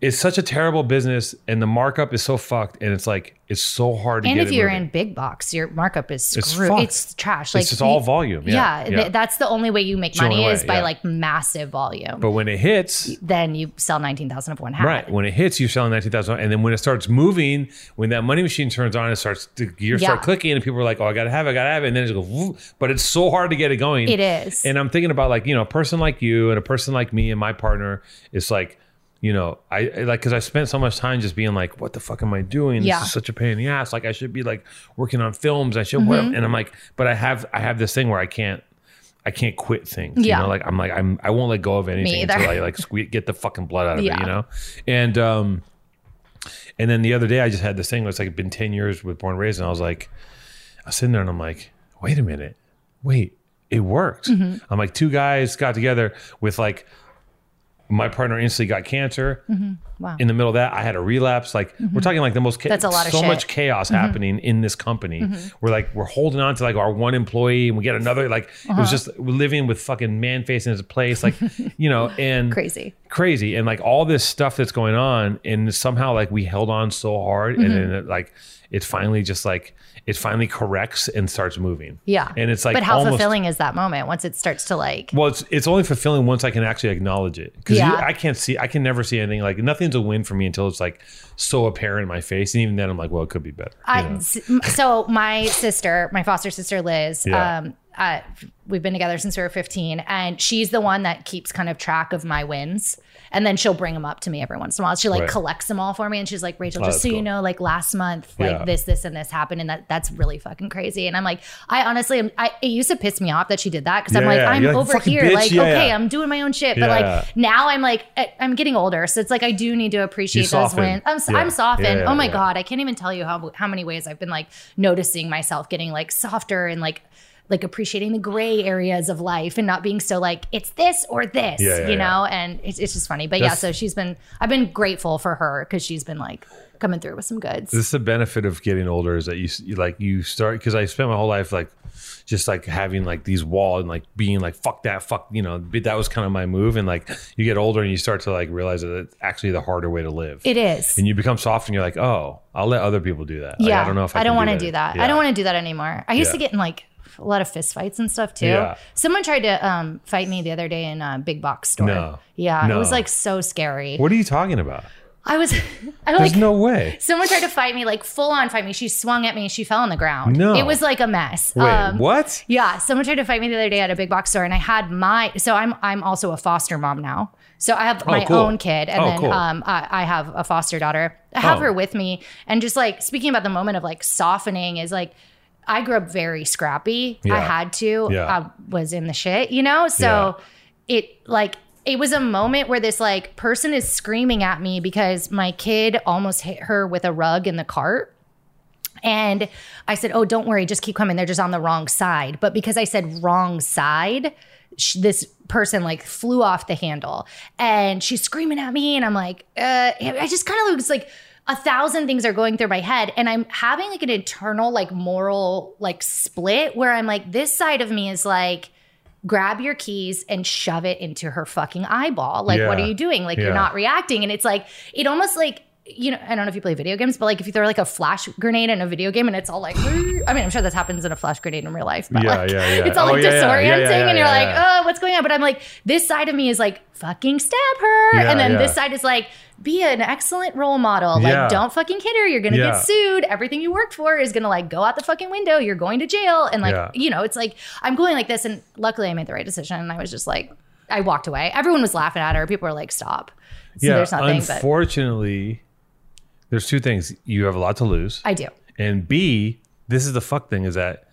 it's such a terrible business and the markup is so fucked and it's like it's so hard to and get if it you're moving. in big box, your markup is It's screwed. fucked. It's, trash. It's Like just all volume. Yeah. th- Yeah. that's the only way you make the money only is way, by yeah. like massive volume. but when it hits then you sell nineteen thousand of one hat. Right. When it hits, you're selling nineteen thousand, and then when it starts moving, when that money machine turns on, it starts the gears Yeah. start clicking, and people are like, "Oh, I gotta have, it, I gotta have," it. and then it just goes. whoop. But it's so hard to get it going. It is. And I'm thinking about like you know, a person like you and a person like me and my partner. It's like. You know, I I- like because I spent so much time just being like, "What the fuck am I doing? Yeah. This is such a pain in the ass. Like, I should be like working on films. I should." Mm-hmm. And I'm like, but I have I have this thing where I can't I can't quit things. Yeah. You know, like I'm like I'm I won't let go of anything either. until I like sque- get the fucking blood out of it. Yeah. You know, and um, and then the other day I just had this thing. where It's like it'd been ten years with Born and Raised, and I was like, I was sitting there and I'm like, wait a minute, wait, it worked. Mm-hmm. I'm like, two guys got together with like. My partner instantly got cancer. Mm-hmm. Wow. Mm-hmm. In the middle of that, I had a relapse. Like we're talking like the most cha- That's a lot of so shit. much chaos Mm-hmm. happening in this company. We're like we're holding on to like our one employee, and we get another. Like it Uh-huh. was just living with fucking man face in his place, like you know, and Crazy. crazy, and like all this stuff that's going on, and somehow like we held on so hard, and Mm-hmm. then it, like it finally just like it finally corrects and starts moving. Yeah. and it's like But how almost- fulfilling is that moment once it starts to like Well, it's it's only fulfilling once I can actually acknowledge it because Yeah. I can't see, I can never see anything like nothing's a win for me until it's like so apparent in my face, and even then I'm like, well, it could be better. you I know? s- m- so my sister, my foster sister Liz, Yeah. um, uh, we've been together since we were 15, and she's the one that keeps kind of track of my wins, and then she'll bring them up to me every once in a while. She like Right. collects them all for me, and she's like, Rachel, Oh, just that's so cool. you know, like last month, like Yeah. this, this, and this happened, and that that's really fucking crazy. And I'm like, I honestly, am, I it used to piss me off that she did that because I'm Yeah, like, yeah. I'm You're like, over "Fucking here, bitch." like Yeah, okay, yeah. I'm doing my own shit, Yeah, but like yeah. now I'm like, I- I'm getting older, so it's like I do need to appreciate those soften. wins. I'm, s Yeah. am softened. Yeah, yeah, oh my yeah. god. God, I can't even tell you how how many ways I've been like noticing myself getting like softer and like like appreciating the gray areas of life and not being so like it's this or this, Yeah, yeah, you know. And it's, it's just funny, but yeah. That's- So she's been I've been grateful for her because she's been like coming through with some goods. This is the benefit of getting older is that you, s- you like you start because I spent my whole life like just like having like these walls and like being like fuck that fuck you know but that was kind of my move and like you get older and you start to like realize that it's actually the harder way to live it is. and you become soft and you're like oh I'll let other people do that Like, yeah, I don't know if I, don't want to do that. I don't want to do that anymore. I used Yeah. to get in like a lot of fist fights and stuff too. Yeah. Someone tried to um, fight me the other day in a big box store. No. Yeah, it No. was like so scary. What are you talking about? I was, I There's like. no way. Someone tried to fight me, like full on fight me. She swung at me. She fell on the ground. No. It was like a mess. Um, Wait, what? Yeah, someone tried to fight me the other day at a big box store, and I had my. So I'm I'm also a foster mom now. So I have my cool. own kid, and Oh, then cool. um, I, I have a foster daughter. I have Oh. her with me, and just like speaking about the moment of like softening is like. I grew up very scrappy. I Yeah. had to. Yeah. I was in the shit, you know? So it like it was a moment where this like person is screaming at me because my kid almost hit her with a rug in the cart. And I said, "Oh, don't worry, just keep coming. They're just on the wrong side." But because I said wrong side, sh- this person like flew off the handle, and she's screaming at me, and I'm like, uh, I just kind of was like. A thousand things are going through my head, and I'm having like an internal, like moral, like split where I'm like, this side of me is like, grab your keys and shove it into her fucking eyeball. Like, what are Yeah. you doing? Like, you're Yeah. not reacting. And it's like, it almost like, you know, I don't know if you play video games, but like if you throw like a flash grenade in a video game and it's all like, I mean, I'm sure this happens in a flash grenade in real life, but Yeah, like, yeah, yeah. it's all Oh, like yeah, yeah, yeah, disorienting yeah, yeah, and you're yeah, like, yeah. oh, what's going on? But I'm like, this side of me is like, fucking stab her. Yeah, and then yeah. this side is like, be an excellent role model. Like, Yeah. don't fucking hit her. You're going to Yeah. get sued. Everything you worked for is going to like go out the fucking window. You're going to jail. And like, Yeah. you know, it's like, I'm going like this. And luckily I made the right decision. And I was just like, I walked away. Everyone was laughing at her. People were like, stop. So yeah. there's nothing, but unfortunately, there's two things. You have a lot to lose. I do. And B, this is the fuck thing is that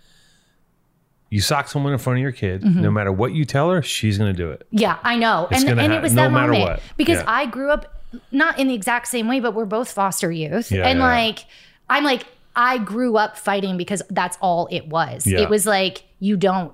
you sock someone in front of your kid, no matter what you tell her, she's going to do it. Yeah, I know. It's and gonna and it hap- was no that matter moment what. because Yeah. I grew up not in the exact same way, but we're both foster youth. Yeah, and yeah, yeah. like I'm like I grew up fighting because that's all it was. Yeah. It was like you don't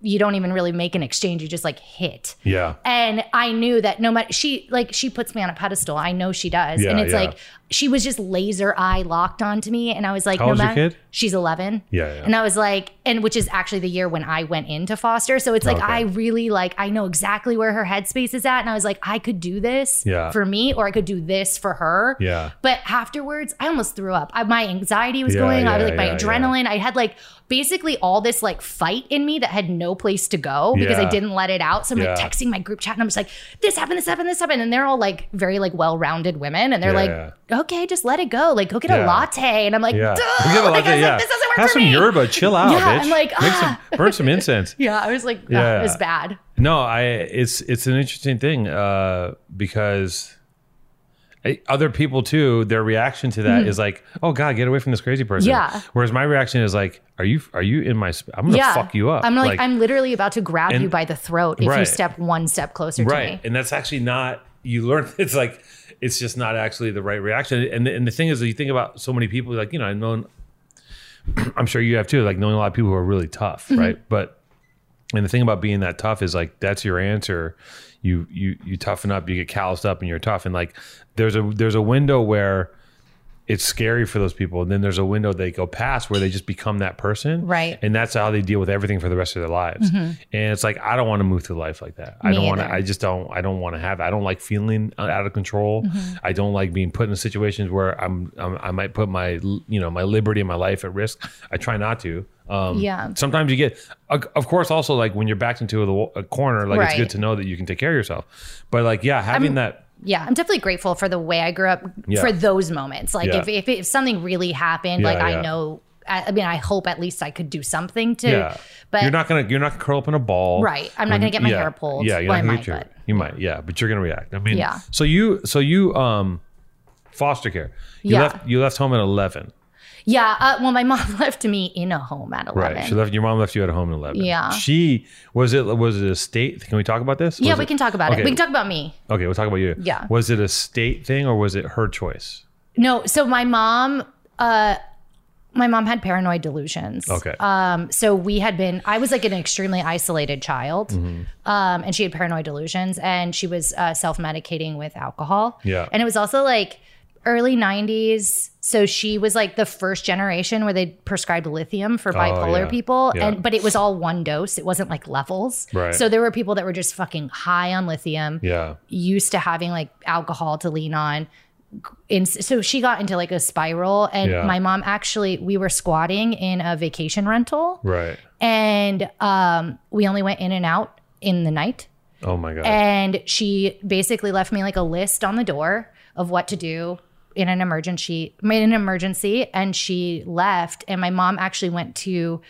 you don't even really make an exchange, you just like hit. Yeah. And I knew that no matter she like she puts me on a pedestal. I know she does. Yeah, and it's yeah. like she was just laser eye locked onto me. And I was like, How no old's your matter kid? she's eleven. Yeah, yeah. And I was like, and which is actually the year when I went into foster. So it's like Okay. I really like I know exactly where her headspace is at. And I was like, I could do this Yeah. for me or I could do this for her. Yeah. But afterwards, I almost threw up. I, my anxiety was Yeah, going. I was yeah, like my yeah, yeah. adrenaline. I had like basically all this like fight in me that had no place to go because I Yeah. didn't let it out. So I'm like Yeah. texting my group chat and I'm just like, this happened, this happened, this happened. And they're all like very like well-rounded women. And they're Yeah, like, okay, just let it go. Like go get a Yeah. latte. And I'm like, Yeah. duh. We get like, a lot I was of- yeah. like, this doesn't work Have for some me. yerba. Chill out, Yeah, bitch. I'm like, Make some- ah. burn some incense. Yeah, I was like, ah, Yeah. it was bad. No, I it's it's an interesting thing uh, because I- other people too, their reaction to that is like, "Oh God, get away from this crazy person." Mm-hmm. Yeah. Whereas my reaction is like, "Are you are you in my? Sp- I'm gonna yeah, fuck you up." I'm like, I'm literally about to grab And- you by the throat if you Right. step one step closer to me. right, and that's actually not. You learn it's like it's just not actually the right reaction. And the, and the thing is, you think about so many people. Like you know, I've known. I'm sure you have too. Like knowing a lot of people who are really tough, Mm-hmm. right? But and the thing about being that tough is like that's your answer you you you toughen up you get calloused up and you're tough and like there's a there's a window where it's scary for those people and then there's a window they go past where they just become that person Right. Mm-hmm. and that's how they deal with everything for the rest of their lives and it's like i don't want to move through life like that i Me don't want to either. i just don't i don't want to have i don't like feeling out of control Mm-hmm. i don't like being put in situations where I'm, I'm i might put my you know my liberty and my life at risk i try not to um Yeah. sometimes you get of of course also like when you're backed into a, lo- a corner like it's Right. good to know that you can take care of yourself but like yeah having that yeah, I'm definitely grateful for the way I grew up Yeah. for those moments. Like Yeah. if, if if something really happened, Yeah, like I yeah. know. I I mean, I hope at least I could do something to, yeah but you're not gonna you're not gonna curl up in a ball Right. I'm not gonna get my yeah, hair pulled. yeah you're Well, not gonna I get might, your, but- you might yeah but you're gonna react i mean Yeah. so you so you um foster care you Yeah. left you left home at 11 yeah. Uh, well, my mom left me in a home at 11. right she left your mom left you at home at 11 Yeah. she was it was it a state can we talk about this yeah, Was we it- can talk about okay, it. We can talk about me. okay we'll talk about you Yeah. was it a state thing or was it her choice No, so my mom, uh, my mom had paranoid delusions. okay Um, so we had been, I was like an extremely isolated child. Mm-hmm. Um, and she had paranoid delusions and she was uh, self medicating with alcohol. Yeah. And it was also like early 90s. So she was like the first generation where they prescribed lithium for bipolar Oh, yeah. people. Yeah. And, but it was all one dose, it wasn't like levels. Right. So there were people that were just fucking high on lithium yeah used to having like alcohol to lean on in, so she got into like a spiral and Yeah. my mom actually we were squatting in a vacation rental Right. and um, we only went in and out in the night Oh my god. and she basically left me like a list on the door of what to do in an emergency made an emergency and she left and my mom actually went to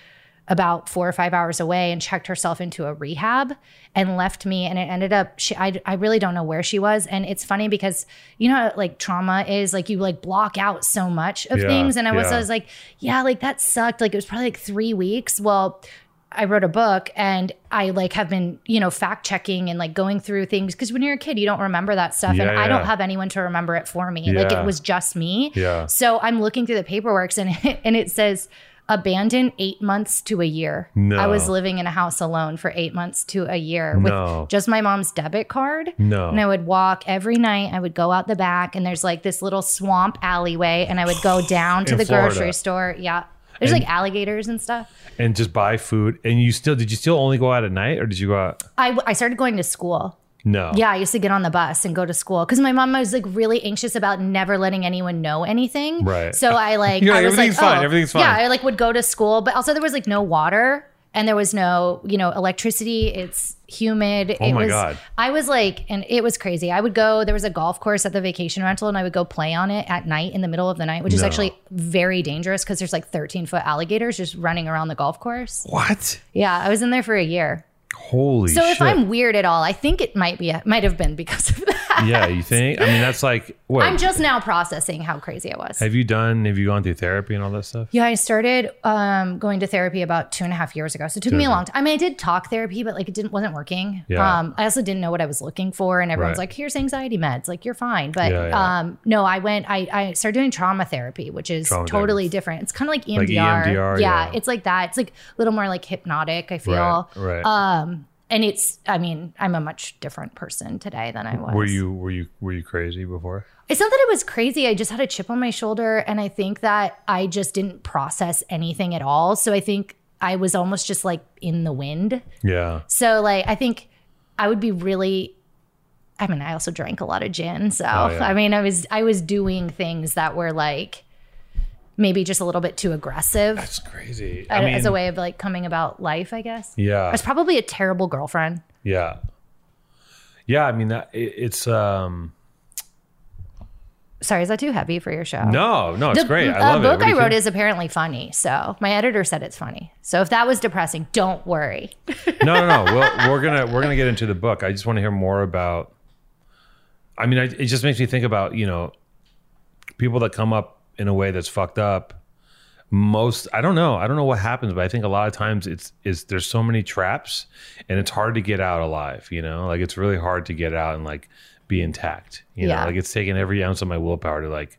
about four or five hours away and checked herself into a rehab and left me and it ended up she I, I really don't know where she was and it's funny because you know how, like trauma is like you like block out so much of Yeah, things and I was, yeah. I was like yeah like that sucked like it was probably like three weeks well I wrote a book and I like have been, you know, fact checking and like going through things because when you're a kid, you don't remember that stuff. Yeah, and I don't yeah. have anyone to remember it for me. Like Yeah. it was just me. Yeah. So I'm looking through the paperwork and it, and it says abandoned eight months to a year. No. I was living in a house alone for eight months to a year with No. just my mom's debit card. No. And I would walk every night. I would go out the back and there's like this little swamp alleyway and I would go down to In the Florida. grocery store. Yeah. There's And- like alligators and stuff. and just buy food. And you still did you still only go out at night or did you go out? I, I started going to school. No. Yeah, I used to get on the bus and go to school because my mom was like really anxious about never letting anyone know anything. Right. So I like, You're I like, was "Everything's like, fine, oh." everything's Yeah, fine. I like would go to school, but also there was like no water and there was no, you know, electricity. It's humid. Oh it my was, God. I was like, and it was crazy. I would go. There was a golf course at the vacation rental, and I would go play on it at night in the middle of the night, which is No. actually very dangerous because there's like 13 foot alligators just running around the golf course. What? Yeah, I was in there for a year. Holy So shit. if I'm weird at all, I think it might be might have been because of that. yeah, you think? I mean, that's like what? I'm just now processing how crazy it was. have you done? Have you gone through therapy and all that stuff? yeah, I started um, going to therapy about two and a half years ago. So it took me a long time. I mean, I did talk therapy, but like it didn't wasn't working. Yeah. Um, I also didn't know what I was looking for, and everyone's Right. like, "Here's anxiety meds. Like you're fine." But Yeah, yeah. Um, no, I went. I, I started doing trauma therapy, which is Trauma E totally different. It's kind of like E EMDR. EMDR, yeah. it's like that. It's like a little more like hypnotic. I feel. Right. Right. Uh, And it's. I mean, I'm a much different person today than I was. were you were you were you crazy before? It's not that it was crazy. I just had a chip on my shoulder. And I think that I just didn't process anything at all. So I think I was almost just like in the wind. Yeah. So, like, I think I would be really. I mean, I also drank a lot of gin, so Oh, yeah. I mean, I was I was doing things that were like maybe just a little bit too aggressive It's crazy. a- as a way of like coming about life, I guess. I Yeah. was probably a terrible girlfriend. Yeah. Yeah. I mean, that it, it's um. Sorry, is that too heavy for your show? No, no, it's the great. uh, I love it. book What do I you wrote think? is apparently funny. So my editor said it's funny. So if that was depressing, don't worry. no, no, no. We'll, we're gonna we're gonna get into the book. I just want to hear more about. I mean, I, it just makes me think about you know, people that come up in a way that's fucked up. Most I don't know. I don't know what happens, but I think a lot of times it's is there's so many traps, and it's hard to get out alive. You know, like it's really hard to get out and like be intact. You Yeah. know, like it's taken every ounce of my willpower to like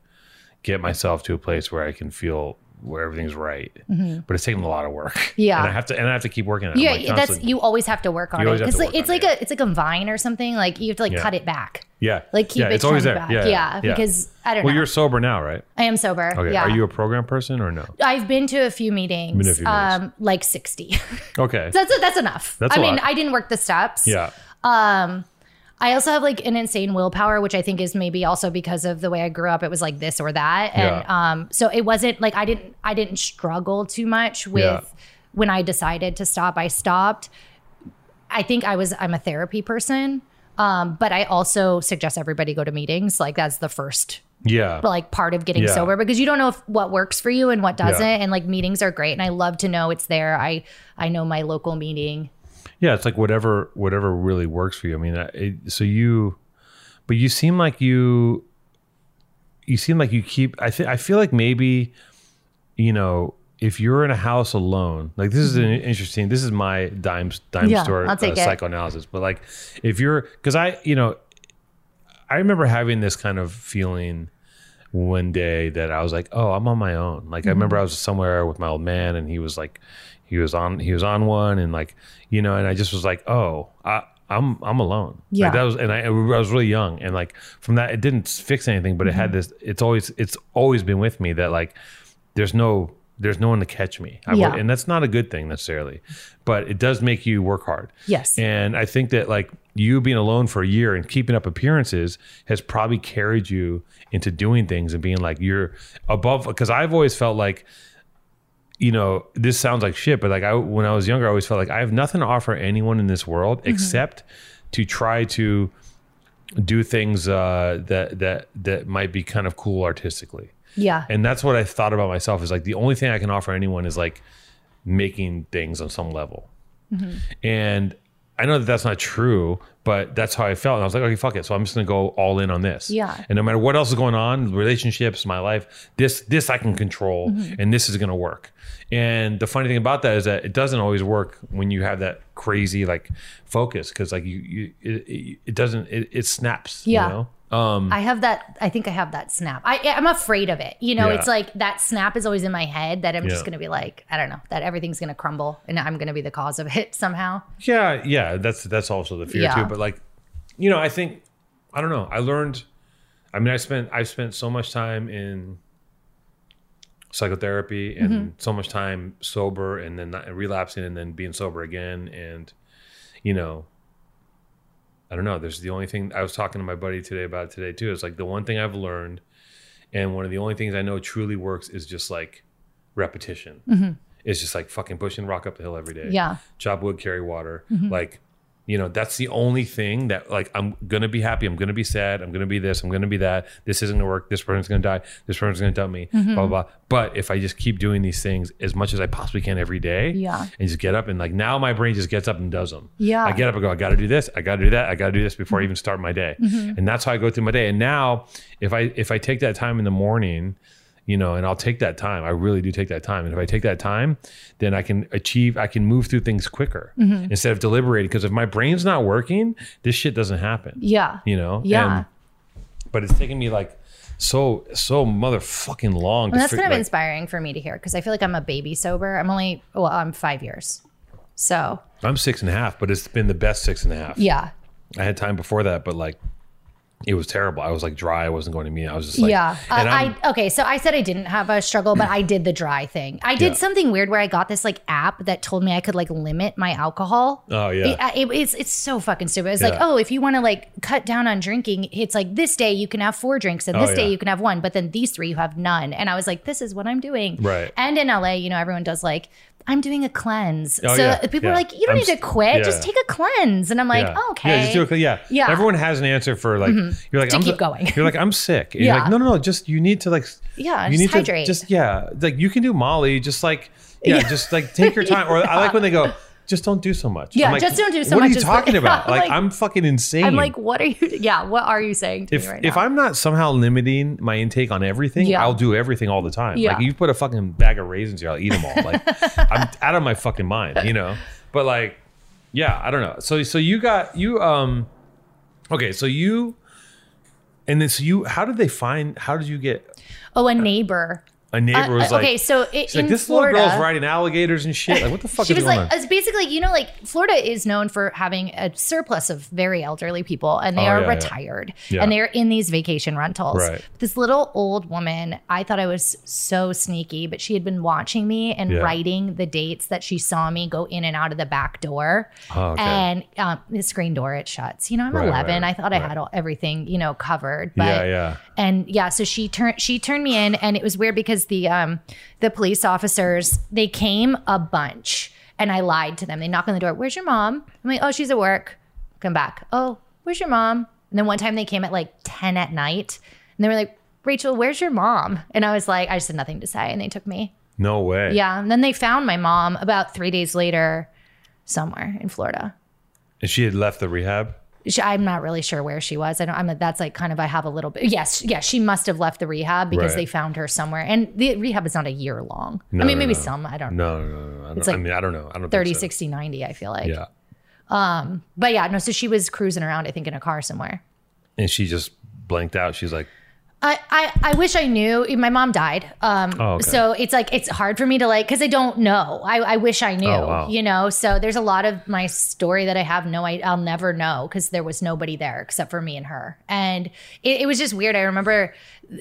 get myself to a place where I can feel where everything's right. But it's taken a lot of work. Mm-hmm. Yeah. and I have to and I have to keep working at it. I'm, Yeah, like, that's constantly- you always have to work on it. You always have It's to like work it's on like it, a it's like a vine or something. Like you have to like Yeah. cut it back. Yeah. Like keep yeah, it it's always there. trimmed back. Yeah, Yeah, because I don't Well, know. you're sober now, right? I am sober. Okay. Yeah. Are you a program person or no? I've been to a few meetings, Been to a few meetings. um, like sixty. Okay. that's that's enough. That's I a mean, lot. I didn't work the steps. yeah. I also have like an insane willpower, which I think is maybe also because of the way I grew up. It was like this or that, and Yeah. um, so it wasn't like I didn't I didn't struggle too much with Yeah. when I decided to stop. I stopped. I think I was I'm a therapy person, um, but I also suggest everybody go to meetings. Like that's the first Yeah. like part of getting Yeah. sober because you don't know if, what works for you and what doesn't. Yeah. And like meetings are great, and I love to know it's there. I I know my local meeting. yeah. It's like whatever, whatever really works for you. I mean, I- it, so you, but you seem like you, you seem like you keep, I think, I feel like maybe, you know, if you're in a house alone, like this is an interesting, this is my dime, dime Mm-hmm. Yeah, store I'll take it. psychoanalysis, but like if you're, cause I, you know, I remember having this kind of feeling one day that I was like, "Oh, I'm on my own." Like I Mm-hmm. remember I was somewhere with my old man, and he was like, he was on he was on one, and like you know, and I just was like, "Oh, I, I'm I'm alone." Like, Yeah. that was, and I, I was really young, and like from that, Mm-hmm. it didn't fix anything, but it had this. It's always it's always been with me that like there's no there's no one to catch me. I Yeah. would, and that's not a good thing necessarily, but it does make you work hard. Yes. And I think that like you being alone for a year and keeping up appearances has probably carried you into doing things and being like you're above because I've always felt like you know, this sounds like shit, but like I when I was younger, I always felt like I have nothing to offer anyone in this world except to try to do things uh, that that that might be kind of cool artistically. Yeah. And that's what I thought about myself is like the only thing I can offer anyone is like making things on some level. Mm-hmm. And I know that that's not true, but that's how I felt. And I was like, okay, fuck it. So I'm just gonna go all in on this. Yeah. And no matter what else is going on, relationships, my life, this this I can control, Mm-hmm. and this is gonna work. And the funny thing about that is that it doesn't always work when you have that crazy like focus because like you, you it- it, it doesn't it, it snaps. Yeah. You know? Um. I have that. I think I have that snap. I, I'm afraid of it. You know, Yeah. it's like that snap is always in my head that I'm Yeah. just going to be like, I don't know, that everything's going to crumble and I'm going to be the cause of it somehow. Yeah, yeah, that's that's also the fear Yeah. too. But like, you know, I think I don't know. I learned. I mean, I spent I spent so much time in psychotherapy and Mm-hmm. so much time sober, and then not, relapsing, and then being sober again, and you know, I don't know. There's the only thing I was talking to my buddy today about it today too. It's like the one thing I've learned, and one of the only things I know truly works is just like repetition. It's just like fucking pushing rock up the hill every day. Mm-hmm. Yeah. Chop wood, carry water. Mm-hmm. Like, you know, that's the only thing that like I'm gonna be happy. I'm gonna be sad. I'm gonna be this. I'm gonna be that. This isn't gonna work. This person's gonna die. This person's gonna dump me. Mm-hmm. Blah, blah blah. But if I just keep doing these things as much as I possibly can every day, Yeah. and just get up and like now my brain just gets up and does them. Yeah. Mm-hmm. I get up and go. I got to do this. I got to do that. I got to do this before I even start my day. And that's how I go through my day. And now if I if I take that time in the morning you know, and I'll take that time. I really do take that time. And if I take that time, then I can achieve, I can move through things quicker Mm-hmm. instead of deliberating. Because if my brain's not working, this shit doesn't happen. Yeah. You know? Yeah. And- but it's taken me like so, so motherfucking long. Well, that's fig- kind of like- inspiring for me to hear because I feel like I'm a baby sober. I'm only, well, I'm five years. So, I'm six and a half, but it's been the best six and a half. yeah. I had time before that, but like, it was terrible. I was like dry. I wasn't going to meet. I was just like, yeah. Uh, and I'm- I okay. So I said I didn't have a struggle, but I did the dry thing. I did Yeah. something weird where I got this like app that told me I could like limit my alcohol. Oh, yeah. It- I- it- it's it's so fucking stupid. It's like Yeah. oh, if you want to like cut down on drinking, it's like this day you can have four drinks, and Oh, this day yeah. you can have one, but then these three you have none. And I was like, this is what I'm doing. Right. And in LA, you know, everyone does like. I'm doing a cleanse. Oh, so yeah. people are Yeah. like, you don't I'm need to s- quit. yeah. Just take a cleanse. And I'm like, yeah. oh, okay. Yeah, just do it. Yeah. Yeah. Mm-hmm. Everyone has an answer for like you're like To I'm keep the- going. You're like I'm sick. And you're Yeah. like no no no just you need to like s- Yeah, you just need hydrate. to just yeah like you can do Molly just like yeah, just like take your time or I like when they go just don't do so much. Yeah, I'm like, just don't do so what much What are is you like- talking about? I'm Like, like- I'm fucking insane. I'm like, what are you? Yeah, what are you saying to If, me right if now? I'm not somehow limiting my intake on everything, Yeah. I'll do everything all the time. Yeah. Like you put a fucking bag of raisins here, I'll eat them all. Like I'm out of my fucking mind, you know. But like, yeah, I don't know. So so you got you um, okay. So you, and then so you, how did they find? How did you get oh, a neighbor. a neighbor Uh, was like? okay, so i- she's in like this Florida, little girl's riding alligators and shit. Like what the fuck she is was going like, on? it's basically, you know, like Florida is known for having a surplus of very elderly people and they Oh, are yeah, yeah. retired Yeah. and they're in these vacation rentals. Right. This little old woman, I thought I was so sneaky, but she had been watching me and Yeah. writing the dates that she saw me go in and out of the back door. Oh, okay. And um, the screen door, it shuts. You know, I'm Right, right, 11. I right, thought I right. had all, everything, you know, covered. But yeah, yeah. and yeah so she turned she turned me in and it was weird because the um the police officers they came a bunch and i lied to them they knock on the door where's your mom i'm like oh she's at work come back oh where's your mom and then one time they came at like 10 at night and they were like rachel where's your mom and i was like i just had nothing to say and they took me No way. yeah and then they found my mom about three days later somewhere in florida And she had left the rehab. she, I'm not really sure where she was. I don't. I'm. That's like kind of. I have a little bit. Yes. Yes. She must have left the rehab because Right. they found her somewhere. And the rehab is not a year long. I No, mean, no, maybe no. some. I don't. know. No, no, no. no. I, don't, It's I like mean, I don't know. I don't 30, think so. 60, 90, I feel like. Um, Yeah. But yeah, no, so she was cruising around, I think, in a car somewhere. and she just blanked out. She's like, I, I, I wish I knew. My mom died. Um, Oh, okay. So it's like, it's hard for me to like, because I don't know. I, I wish I knew, Oh, wow. you know? So there's a lot of my story that I have no, I, I'll never know because there was nobody there except for me and her. And it, it was just weird. I remember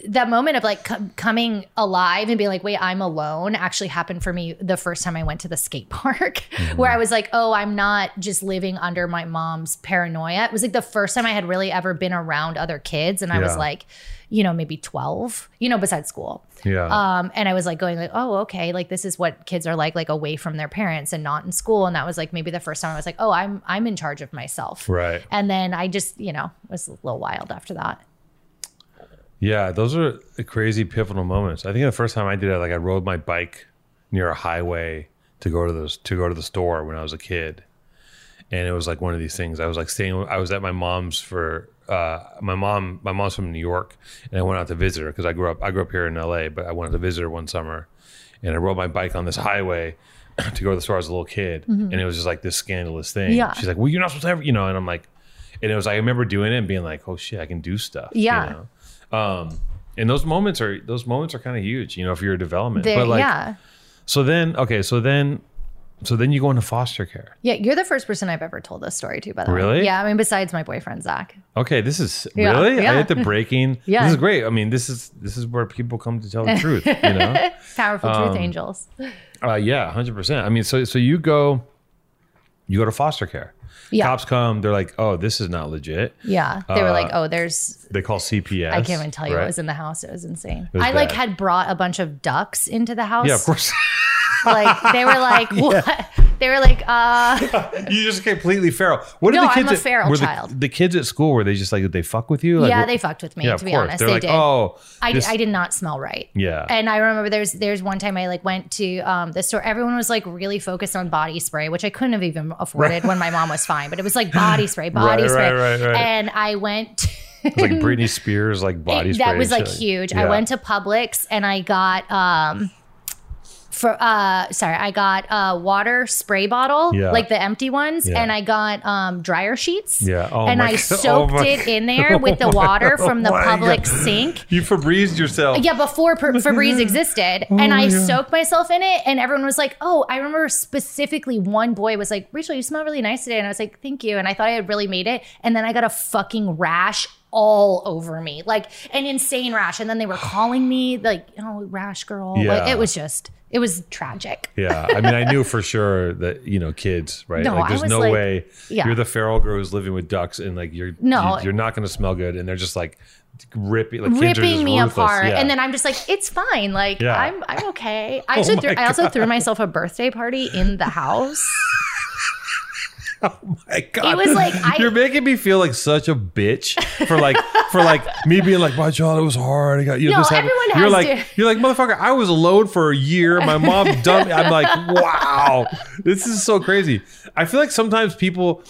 that moment of like com- coming alive and being like, wait, I'm alone actually happened for me the first time I went to the skate park Mm-hmm. where I was like, oh, I'm not just living under my mom's paranoia. It was like the first time I had really ever been around other kids. And I was Yeah. like, you know, maybe 12, you know, besides school. Yeah. Um, and I was like going like, oh, okay, like this is what kids are like, like away from their parents and not in school. And that was like maybe the first time I was like, oh, I'm I'm in charge of myself. Right. And then I just, you know, was a little wild after that. Yeah, those are the crazy pivotal moments. I think the first time I did it, like I rode my bike near a highway to go to those to go to the store when I was a kid, and it was like one of these things. I was like staying. I was at my mom's for uh, my mom. My mom's from New York, and I went out to visit her because I grew up. I grew up here in L.A., but I went out to visit her one summer, and I rode my bike on this highway. To go to the store as a little kid, and it was just like this scandalous thing. Yeah. she's like, "Well, you're not supposed to ever," you know. And I'm like, and it was like I remember doing it and being like, "Oh shit, I can do stuff." you Yeah. know? um and those moments are those moments are kind of huge you know if you're a development There, but like yeah. so then okay so then so then you go into foster care Yeah, you're the first person I've ever told this story to, by the way. Really? Yeah, I mean, besides my boyfriend, Zach. okay this is Yeah, really yeah. i hit the breaking Yeah. this is great i mean this is this is where people come to tell the truth you know Powerful Um, truth angels. uh yeah 100% i mean so so you go you go to foster care Yeah. cops come they're like oh this is not legit Yeah. They were uh, like, oh, there's they call cps I can't even tell you right? what was in the house. It was insane. was I like bad. had brought a bunch of ducks into the house. yeah of course Like they were like, what? They were like, uh, you just completely feral what No, are the kids I'm a at- feral were the- child. the kids at school were they just like they fuck with you like, yeah, what- they fucked with me. yeah, to of be course. honest, They're they like, did. oh, I, this- I did not smell right. Yeah. And I remember there's there's one time I like went to um, the store. Everyone was like really focused on body spray, which I couldn't have even afforded when my mom was fine. But it was like body spray, body Right, spray. right, right, right. And I went. It's like Britney Spears, like body It- spray. that was and like shit. huge. I Yeah. went to Publix and I got um for uh sorry, I got a water spray bottle, Yeah. like the empty ones, Yeah. and I got um dryer sheets. Yeah. Oh and I my God. Oh soaked my it in there with the God. water from the Oh my public God. sink. You Febreze yourself. Yeah, before Pr- Febreze existed, and I Oh my God. soaked myself in it, and everyone was like, "Oh!" I remember specifically one boy was like, "Rachel, you smell really nice today," and I was like, "Thank you." And I thought I had really made it, and then I got a fucking rash all over me, like an insane rash. And then they were calling me like, "Oh, rash girl," like Yeah. it was just, it was tragic. Yeah. I mean, I knew for sure that you know kids, right? No, I like, there's was no like- way yeah. you're the feral girl who's living with ducks, and like you're No. you, are not going to smell good, and they're just like ripping, like kids are ripping just me ruthless. apart. Yeah. And then I'm just like, it's fine. Like Yeah. Oh I'm I'm okay. I actually my threw, I also threw myself a birthday party in the house. My God. It was like, I- you're making me feel like such a bitch for like for like me being like my child. It was hard. I got you. know, No, this happened." everyone You're has like to. you're like motherfucker. I was alone for a year. My mom dumped me. I'm like wow, this is so crazy. I feel like sometimes people.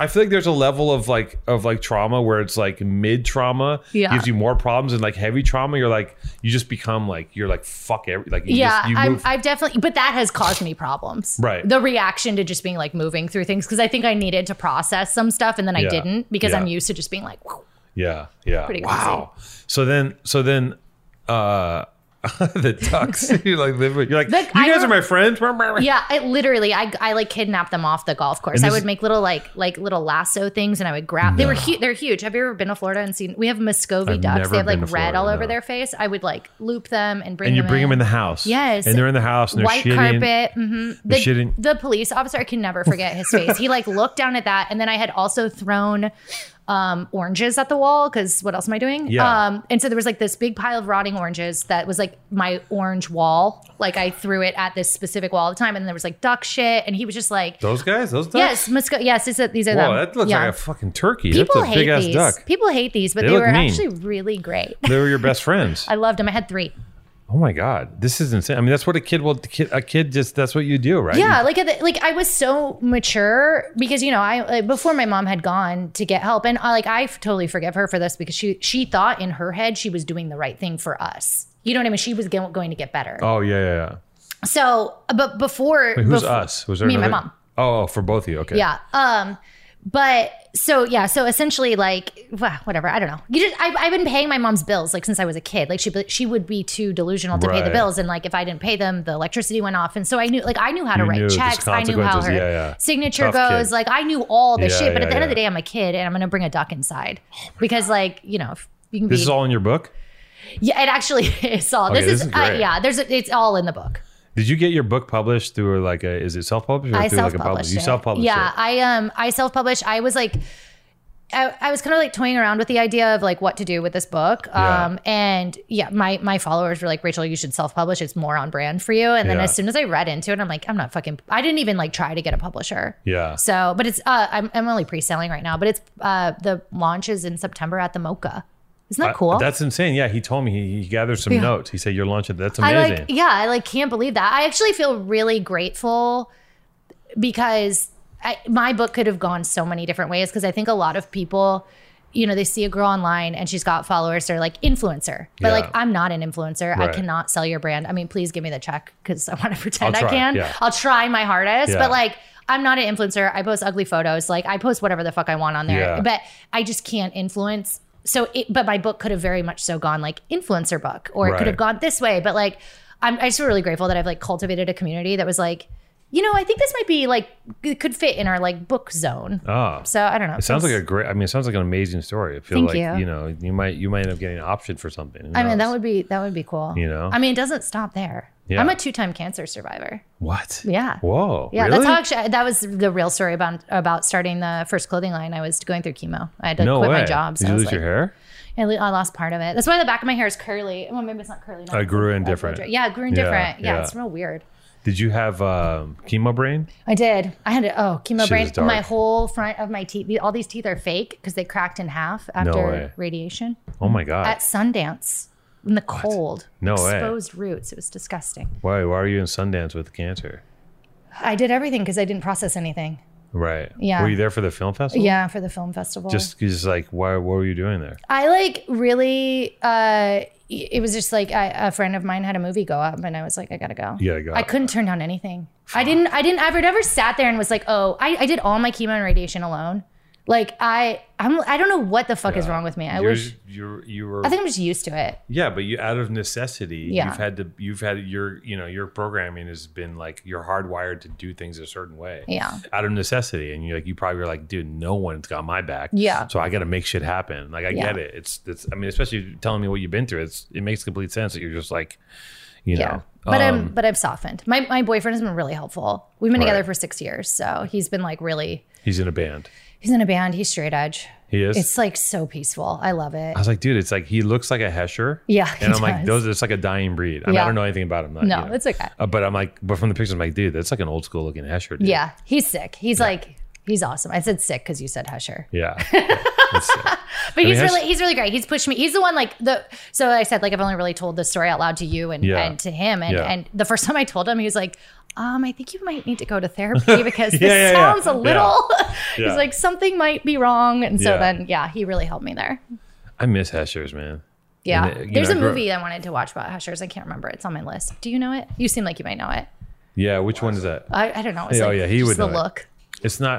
I feel like there's a level of like of like trauma where it's like mid trauma Yeah. gives you more problems and like heavy trauma you're like you just become like you're like fuck every like you Yeah, just, you I'm, move- I've definitely, but that has caused me problems. Right. The reaction to just being like moving through things because I think I needed to process some stuff and then I Yeah, didn't because yeah. I'm used to just being like, "Whoa." Yeah, yeah. Pretty wow. So then, so then, uh, the ducks. you're like, live with- you're like, Look, you I guys don't- are my friends. Yeah. yeah, I literally, I, I like kidnapped them off the golf course. And I this- would make little like, like little lasso things and I would grab, they were huge. They're huge. Have you ever been to Florida and seen, we have Muscovy I've ducks. never They have like been red to all Florida, over no. their face. I would like loop them and bring And you them bring in. them in the house. Yes. And they're in the house and they're white shitting. carpet. mhm. The, shitting. the police officer, I can never forget his face. he like looked down at that, and then I had also thrown um oranges at the wall because what else am I doing? Yeah. Um, and so there was like this big pile of rotting oranges that was like my orange wall. Like I threw it at this specific wall all the time, and there was like duck shit, and he was just like, Those guys, those "Yes, ducks. Musco, yes, it's a, these are Whoa, them." that looks Yeah. like a fucking turkey. People That's a big hate ass these. duck. People hate these, but They they, look were mean. actually really great. They were your best friends. I loved them. I had three. oh my god, this is insane. I mean, that's what a kid will. the Kid, a kid just that's what you do, right? Yeah, like at the, like I was so mature because you know I like, before my mom had gone to get help, and I, like I f- totally forgive her for this because she she thought in her head she was doing the right thing for us. You know what I mean? She was go- going to get better. Oh yeah, yeah. yeah. So, but before Wait, who's bef- us? Was there Me and my another- mom. Oh, oh, for both of you. Okay. Yeah. Um, But so yeah, so essentially like well, whatever, I don't know. You just I, I've been paying my mom's bills like since I was a kid. Like she she would be too delusional to pay the Right. bills, and like if I didn't pay them, the electricity went off, and so I knew like I knew how to You knew write there's checks, I knew how her consequences. Yeah, yeah. signature Tough kid. goes, like I knew all the Yeah, shit. But yeah, at the end of yeah. Oh the day, I'm a kid, and I'm gonna bring a duck inside because like you know if you can This be is all in your book. yeah, it actually is all. Okay, this, this is, is uh, great. yeah. There's a, it's all in the book. Did you get your book published through like a? Is it self published or I through self like a published. publisher? You self published. Yeah, I It. um I self published. I was like. I, I was kind of like toying around with the idea of like what to do with this book, Yeah. um, and yeah, my my followers were like, Rachel, you should self publish. It's more on brand for you. And then Yeah. as soon as I read into it, I'm like, I'm not fucking. I didn't even like try to get a publisher. Yeah. So, but it's uh, I'm I'm only pre selling right now, but it's uh the launch is in September at the Mocha. Isn't that I- cool? that's insane. Yeah, he told me he, he gathered some notes. He said you're launching. That's I amazing. like, yeah, I like can't believe that. I actually feel really grateful because I, my book could have gone so many different ways because I think a lot of people, you know, they see a girl online and she's got followers, they're like influencer, but Yeah. like I'm not an influencer. I Right. cannot sell your brand. I mean, please give me the check because I want to pretend I'll I try, can. yeah. I'll try my hardest, Yeah. but like. I'm not an influencer. I post ugly photos. Like I post whatever the fuck I want on there. Yeah. But I just can't influence. So it but my book could have very much so gone like influencer book or it could have Right. gone gone this way but like i'm i just feel really grateful that i've like cultivated a community that was like you know i think this might be like it could fit in our like book zone Ah. so i don't know It sounds like a great. I mean, it sounds like an amazing story. I feel Thank like you. you. know you might you might end up getting an option for something. Who i mean that knows? would be that would be cool You know? i mean it doesn't stop there Yeah. i'm a two-time cancer survivor what? yeah Whoa. yeah Really? that's how actually that was the real story about about starting the first clothing line i was going through chemo i had to no quit way. my job so Did I you was lose your like- hair? I, lo- I lost part of it that's why the back of my hair is curly well maybe it's not curly now. I grew in Oh, different. yeah it grew in different yeah, yeah. it's real weird Did you have um, chemo brain? I did. I had to, oh chemo Shit brain. is dark. My whole front of my teeth. All these teeth are fake because they cracked in half after way. radiation Oh my god. at Sundance in the cold. No way. exposed roots. It was disgusting. why why are you in Sundance with cancer? I did everything because I didn't process anything. Right. Yeah. Were you there for the film festival? Yeah, for the film festival. Just, just like, why? What were you doing there? I like really. uh It was just like I, a friend of mine had a movie go up, and I was like, I gotta go. You gotta go. I couldn't turn down anything. I didn't. I didn't. I've never sat there and was like, oh, I, I did all my chemo and radiation alone. Like I, I'm. I don't know what the fuck is wrong with me. I you're, wish. you're you were. I think I'm just used to it. yeah, but you out of necessity, Yeah. you've had to. You've had your. You know, your programming has been like you're hardwired to do things a certain way. Yeah. Out of necessity, and you are like you probably were like, dude, no one's got my back. Yeah. So I got to make shit happen. Like I Yeah. get it. It's it's. I mean, especially telling me what you've been through. It's it makes complete sense that you're just like, you Yeah. know. But um, I'm. But I've softened. My my boyfriend has been really helpful. We've been together Right. for six years, so he's been like really. he's in a band. He's in a band. He's straight edge. He is. It's like so peaceful. I love it. I was like, dude, it's like he looks like a Hesher. Yeah, he And I'm like, does. those it's like a dying breed. I, mean, I Yeah. don't know anything about him. Not, No, you know. it's okay. Uh, but I'm like, but from the pictures, I'm like, dude, that's like an old school looking Hesher. Dude. Yeah, he's sick. He's like. He's awesome. I said sick because you said husher. Yeah. It's, uh, But he's mean, really that's- he's really great. He's pushed me. He's the one like the so I said like I've only really told this story out loud to you and, Yeah. and to him and Yeah. and the first time I told him he was like um I think you might need to go to therapy because Yeah, this yeah, yeah. sounds a Yeah. little Yeah. he's like something might be wrong and so Yeah. then yeah he really helped me there. I miss Heshers, man. Yeah. And, uh, you There's know, a I grew- movie I wanted to watch about Hushers. I can't remember. It's on my list. Do you know it? You seem like you might know it. Yeah. Which one is that? I, I don't know. It's Yeah, oh, like yeah, he just would the know it. look. It's not.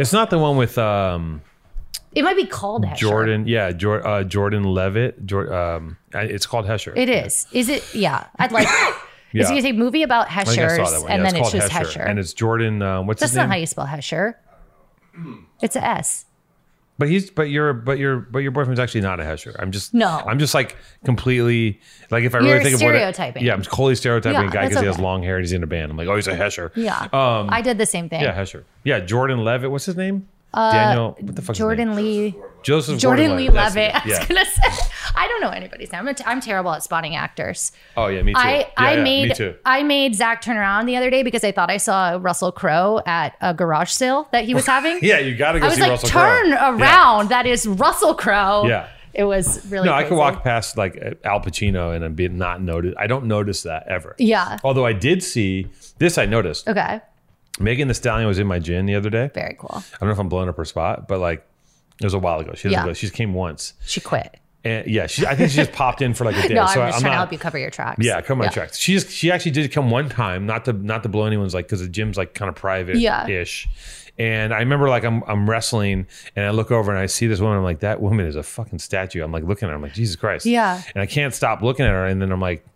It's not the one with um It. might be called Hesher. Jordan. Yeah, Jor, uh, Jordan Levitt. Jor, um, I- it's called Hesher. It is. Is it yeah. I'd like Yeah. It's gonna say movie about I think I saw Heshers that one. and yeah, then it's it's called just Hesher. Hesher. and it's Jordan. Uh, what's That's his name? not how you spell Hesher. It's a S. But he's but your but your but your boyfriend's actually not a hesher. I'm just No. I'm just like completely like if I You're really think of what stereotyping. yeah, I'm totally stereotyping Yeah, a guy that's because he has okay. long hair and he's in a band. I'm like, oh, he's a hesher. Yeah. Um. I did the same thing. yeah, hesher. Yeah, Jordan Levitt. What's his name? Daniel. What the fuck? Uh, Jordan Lee. Joseph. Jordan Lee Gordon-Levitt. Levitt. I was That's the- Yeah. gonna say. I don't know anybody's name. I'm, a t- I'm terrible at spotting actors. Oh yeah, me too. I, Yeah, I yeah, Me made too. I made Zach turn around the other day because I thought I saw Russell Crowe at a garage sale that he was having. Yeah, you gotta go I was see like, Russell Crowe. turn Yeah. around. That is Russell Crowe. Yeah. It was really. No, I could crazy. walk past like Al Pacino and be not notice. I don't notice that ever. Yeah. Although I did see this, I noticed. Okay. Megan the Stallion was in my gym the other day. Very cool. I don't know if I'm blowing up her spot, but like it was a while ago. She doesn't Yeah. go. She just came once. She quit. And yeah, she, I think she just popped in for like a day. No, I'm so just trying not- to help you cover your tracks. Yeah, come on, tracks. She just, she actually did come one time, not to not to blow anyone's like because the gym's like kind of private Yeah. ish. And I remember like I'm I'm wrestling and I look over and I see this woman. I'm like, that woman is a fucking statue. I'm like looking at her. I'm like, Jesus Christ. Yeah. And I can't stop looking at her. And then I'm like,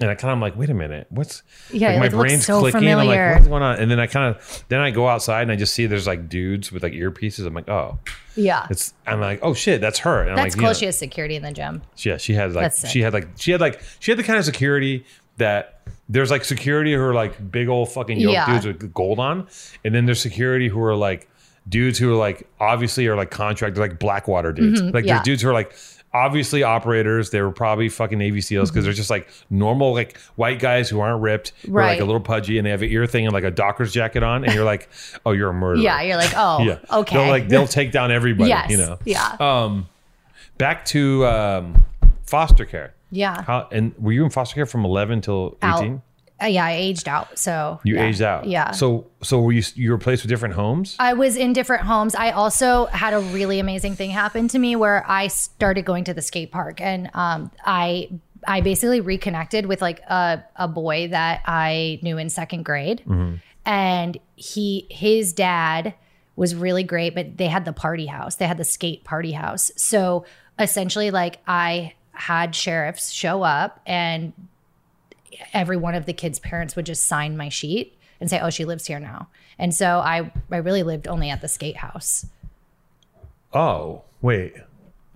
and I kind of like, wait a minute, what's Yeah, like it my looks brain's so clicking. I'm familiar. like, what's going on? And then I kind of then I go outside and I just see there's like dudes with like earpieces. I'm like, oh, Yeah. it's I'm like, oh shit, that's her. And I'm That's like, you cool. know- She has security in the gym. yeah, she had like That's sick. she had like she had like she had the kind of security that there's like security who are like big old fucking yoke Yeah. dudes with gold on, and then there's security who are like dudes who are like obviously are like contractors, like Blackwater dudes. like Mm-hmm. yeah. there's dudes who are like obviously operators. They were probably fucking Navy SEALs Mm-hmm. because they're just like normal like white guys who aren't ripped, who are like Right. a little pudgy, and they have an ear thing and like a docker's jacket on, and you're like, oh, you're a murderer. Yeah. You're like, oh, Yeah. okay. They'll like they'll take down everybody. yes. You know. Uh, Yeah. Back to um, foster care. yeah. How, and were you in foster care from 11 till Out. 18? Uh, yeah. I aged out. So You yeah. aged out. Yeah. Uh, So so were you you were placed with different homes? I was in different homes. I also had a really amazing thing happen to me where I started going to the skate park and um, I I basically reconnected with like a, a boy that I knew in second grade. And he his dad was really great, but they had the party house. They had the skate party house. So essentially like I had sheriffs show up and every one of the kids' parents would just sign my sheet and say, "Oh, she lives here now." And so I, I really lived only at the skate house. oh, wait.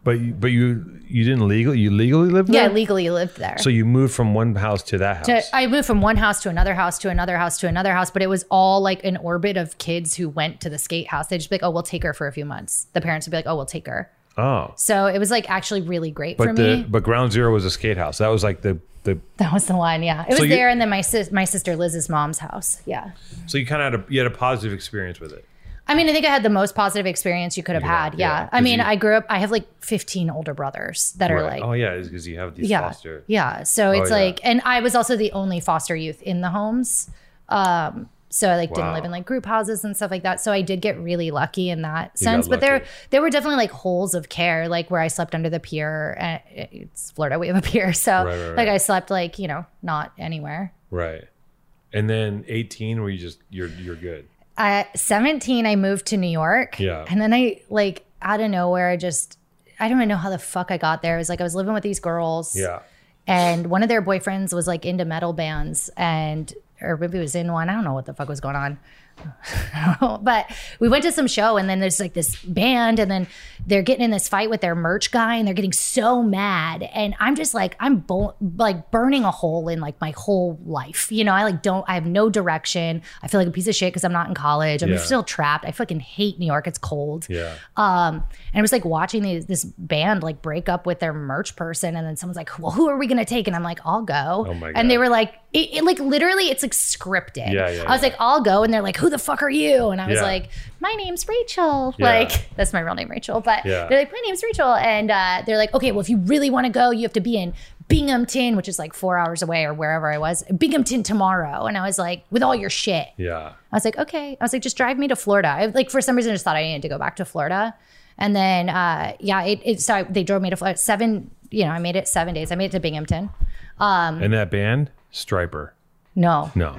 But you, but you you didn't legally you legally lived Yeah, there? I legally lived there. So you moved from one house to that house. To- I moved from one house to another house to another house to another house, but it was all like an orbit of kids who went to the skate house. They'd just be like, "Oh, we'll take her for a few months." The parents would be like, "Oh, we'll take her." oh. So it was like actually really great for But the me. but ground zero was a skate house. That was like the the That was the one, yeah. It was you- there, and then my sis, my sister Liz's mom's house, yeah. so you kind of had a you had a positive experience with it. I mean, I think I had the most positive experience you could have Yeah, had, yeah, yeah. 'cause I mean, you- I grew up. I have like fifteen older brothers that are like oh yeah, because you have these yeah foster. Oh, yeah so it's yeah. like and i was also the only foster youth in the homes um so i like Wow. didn't live in like group houses and stuff like that so i did get really lucky in that got sense but there lucky. there were definitely like holes of care like where i slept under the pier and it's florida we have a pier so right, right. like i slept like you know not anywhere Right. And then 18 where you just you're you're good. at 17 i moved to new york Yeah. and then i like out of nowhere i just i don't even know how the fuck i got there it was like i was living with these girls Yeah. and one of their boyfriends was like into metal bands and or maybe was in one. I don't know what the fuck was going on. I don't know. but we went to some show and then there's like this band and then they're getting in this fight with their merch guy and they're getting so mad and I'm just like I'm bo- like burning a hole in like my whole life. You know, I like don't I have no direction. I feel like a piece of shit cuz I'm not in college. I'm Yeah. still trapped. I fucking hate New York. It's cold. Yeah. Um, and it was like watching these, this band like break up with their merch person, and then someone's like, "Well, who are we gonna take?" And I'm like, "I'll go." Oh my And God. they were like, it, it, like literally, it's like scripted. Yeah, yeah, I was yeah. like, "I'll go," and they're like, "Who the fuck are you?" And I was Yeah. like, "My name's Rachel." Yeah. Like that's my real name, Rachel. But Yeah. they're like, "My name's Rachel," and uh, they're like, "Okay, well, if you really want to go, you have to be in." Binghamton, which is like four hours away or wherever I was, Binghamton tomorrow. And I was like, with all your shit. Yeah. I was like, okay. I was like, just drive me to Florida. I like for some reason I just thought I needed to go back to Florida. And then uh yeah, it, it so I, they drove me to Florida. Seven, you know, I made it seven days. I made it to Binghamton. And that band Striper. No. No.